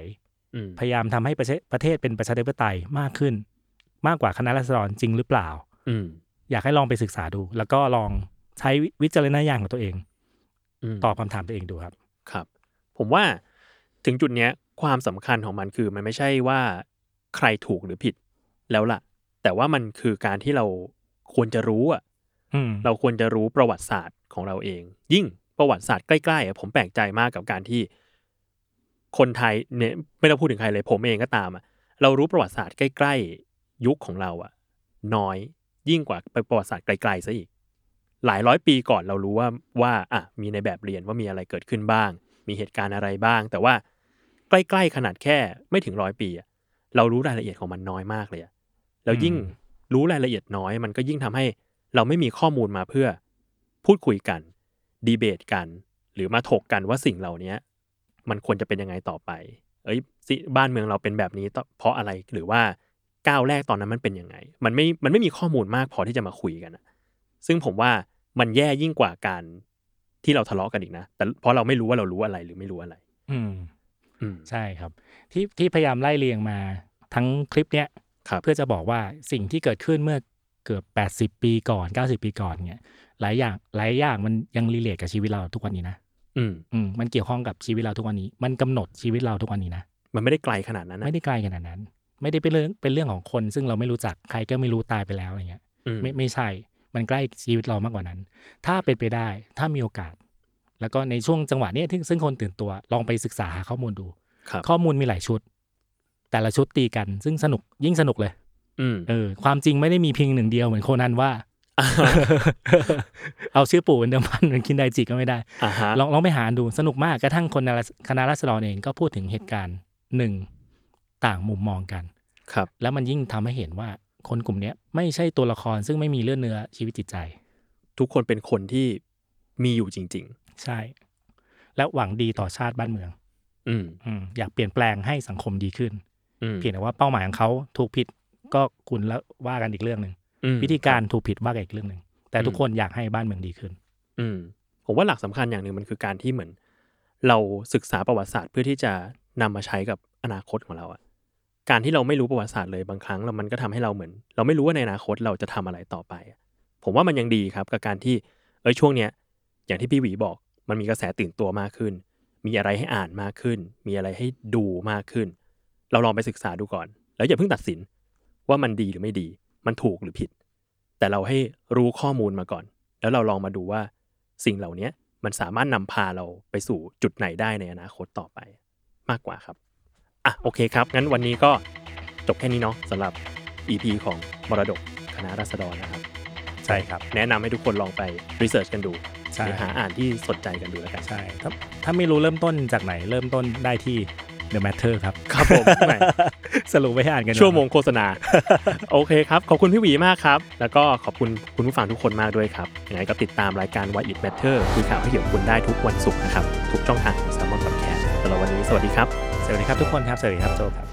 Speaker 2: อืม
Speaker 4: พยายามทำให้ประเทศประเทศเป็นประชาธิปไตยมากขึ้น มากกว่าคณะรัษฎรจริงหรือเปล่า
Speaker 2: อืม
Speaker 4: อยากให้ลองไปศึกษาดู แล้วก็ลองใช้วิวิจารณญาณของตัวเอง
Speaker 2: ม
Speaker 4: ตอบคำถามตัวเองดูครับ
Speaker 2: ครับ ผมว่าถึงจุดเนี้ย ความสำคัญของมันคือมันไม่ใช่ว่าใครถูกหรือผิดแล้วล่ะ แต่ว่ามันคือการที่เราควรจะรู้อะ
Speaker 4: อืม
Speaker 2: เราควรจะรู้ประวัติศาสตร์ของเราเอง ยิ่งประวัติศาสตร์ใกล้ๆอะผมแปลกใจมากกับการที่ คนไทยเนี่ยไม่ต้องพูดถึงใครเลย ผมเองก็ตามอะเรารู้ประวัติศาสตร์ใกล้ๆยุคของเราอะน้อยยิ่งกว่าไปประวัติศาสตร์ไกลๆซะอีก หลายร้อยปีก่อนเรารู้ว่าว่าอ่ะมีในแบบเรียนว่ามีอะไรเกิดขึ้นบ้าง มีเหตุการณ์อะไรบ้าง แต่ว่าใกล้ๆขนาดแค่ไม่ถึงร้อยปีอะเรารู้รายละเอียดของมันน้อยมากเลยอะแล้วยิ่งรู้รายละเอียดน้อย มันก็ยิ่งทำให้เราไม่มีข้อมูลมาเพื่อ พูดคุยกัน ดีเบตกัน หรือมาถกกันว่าสิ่งเหล่านี้มันควรจะเป็นยังไงต่อไป เอ้ยสิบ้านเมืองเราเป็นแบบนี้ต่อเพราะอะไรหรือว่าก้าวแรกตอนนั้นมันเป็นยังไง มันไม่มันไม่มีข้อมูลมากพอที่จะมาคุยกันอะซึ่งผมว่า มันแย่ยิ่งกว่าการที่เราทะเลาะกันอีกนะ แต่เพราะเราไม่รู้ว่าเรารู้อะไรหรือไม่รู้อะไร
Speaker 4: อืม
Speaker 2: อืม
Speaker 4: ใช่ครับ ที่ที่พยายามไล่เรียงมาทั้งคลิปเนี้ย
Speaker 2: ครับ
Speaker 4: เพื่อจะบอกว่าสิ่งที่เกิดขึ้นเมื่อเกือบ 80 ปีก่อน 90 ปีก่อนเนี่ยหลายอย่างหลายอย่างมันยังรีเลทกับชีวิตเราทุกวันนี้นะ
Speaker 2: อืม
Speaker 4: อืมมันเกี่ยวข้องกับชีวิตเราทุกวันนี้ มันกำหนดชีวิตเราทุกวันนี้นะ
Speaker 2: มันไม่ได้ไกลขนาดนั้นนะ
Speaker 4: ไม่ได้ไกลขนาดนั้น ไม่ได้เป็นเรื่องเป็นเรื่องของคน ซึ่งเราไม่รู้จักใครก็ไม่รู้ตายไปแล้วอะไรเงี้ย
Speaker 2: อืม
Speaker 4: ไม่ไม่ใช่มันใกล้ชีวิตเรามากกว่านั้น ถ้าเป็นไปได้ถ้ามีโอกาส แล้วก็ในช่วงจังหวะเนี้ยที่ซึ่งคนตื่นตัวลองไปศึกษาหาข้อมูลดู
Speaker 2: ครับ
Speaker 4: ข้อมูลมีหลายชุด แต่ละชุดตีกัน ซึ่งสนุกยิ่งสนุกเลย
Speaker 2: อืม
Speaker 4: เออ ความจริงไม่ได้มีเพียงหนึ่งเดียวเหมือนโคนัน ว่า
Speaker 2: อ่าฮะ
Speaker 4: เอาชื่อปู่เป็นเดิมพันเหมือนคินไดจิก็ไม่ได้
Speaker 2: อ่าฮะ
Speaker 4: ลองลองไปหาดูสนุกมากกระทั่งคนในคณะราษฎรเองก็พูดถึงเหตุการณ์หนึ่งต่างมุมมองกัน
Speaker 2: ครับ
Speaker 4: แล้วมันยิ่งทำให้เห็นว่าคนกลุ่มเนี้ยไม่ใช่ตัวละครซึ่งไม่มีเลือดเนื้อชีวิตจิตใจ
Speaker 2: ทุกคนเป็นคนที่มีอยู่จริง
Speaker 4: ใช่ และหวังดีต่อชาติบ้านเมือง
Speaker 2: ๆ อืม
Speaker 4: อืมอยากเปลี่ยนแปลงให้สังคมดีขึ้น
Speaker 2: อืม
Speaker 4: เพียงแต่ว่าเป้าหมายของเขาถูกผิดก็คุณแล้วว่ากันอีกเรื่องหนึ่ง
Speaker 2: อืม
Speaker 4: วิธีการถูกผิดว่ากันอีกเรื่องหนึ่งแต่
Speaker 2: อืม
Speaker 4: ทุกคนอยากให้บ้านเมืองดีขึ้น
Speaker 2: อืมผมว่าหลักสำคัญอย่างหนึ่งมันคือการที่เหมือน เราศึกษาประวัติศาสตร์เพื่อที่จะนำมาใช้กับอนาคตของเราอะการที่เราไม่รู้ประวัติศาสตร์เลยบางครั้งเรามันก็ทำให้เราเหมือน เราไม่รู้ว่าในอนาคตเราจะทำอะไรต่อไปอะผมว่ามันยังดีครับ กับการที่เอ้ยช่วงเนี้ยอย่างที่พี่หวีบอก มันมีกระแสตื่นตัวมากขึ้น มีอะไรให้อ่านมากขึ้น มีอะไรให้ดูมากขึ้น เราลองไปศึกษาดูก่อน แล้วอย่าเพิ่งตัดสินว่ามันดีหรือไม่ดี มันถูกหรือผิด แต่เราให้รู้ข้อมูลมาก่อน แล้วเราลองมาดูว่าสิ่งเหล่านี้มันสามารถนำพาเราไปสู่จุดไหนได้ในอนาคตต่อไปมากกว่าครับ อ่ะโอเคครับ งั้นวันนี้ก็จบแค่นี้เนาะสำหรับ EP ของมรดกคณะราษฎรนะครับ
Speaker 4: ใช่ครับ
Speaker 2: แนะนำให้ทุกคนลองไปรีเสิร์ชกันดู
Speaker 4: ใช่
Speaker 2: หรือหาอ่านที่สนใจกันดูแล้วกัน
Speaker 4: ใช่ถ้าถ้าไม่รู้เริ่มต้นจากไหนเริ่มต้นได้ที่ The Matter ครับ
Speaker 2: ครับ ผม แหม่
Speaker 4: สรุปไปให้อ่านกัน
Speaker 2: ชั่วโมงโฆษณา โอเคครับ ขอบคุณพี่หวีมากครับ แล้วก็ขอบคุณคุณผู้ฟังทุกคนมากด้วยครับยังไงก็ติดตามรายการ Why It Matter คุยข่าวให้เกี่ยวกับคุณได้ทุกวันศุกร์นะครับทุกช่องทางของ s ซ l m o n Podcast สำหรับวันนี้สวัสดีครับ
Speaker 4: สวัสดีครับทุกคนครับ สวัสดีครับโจครับ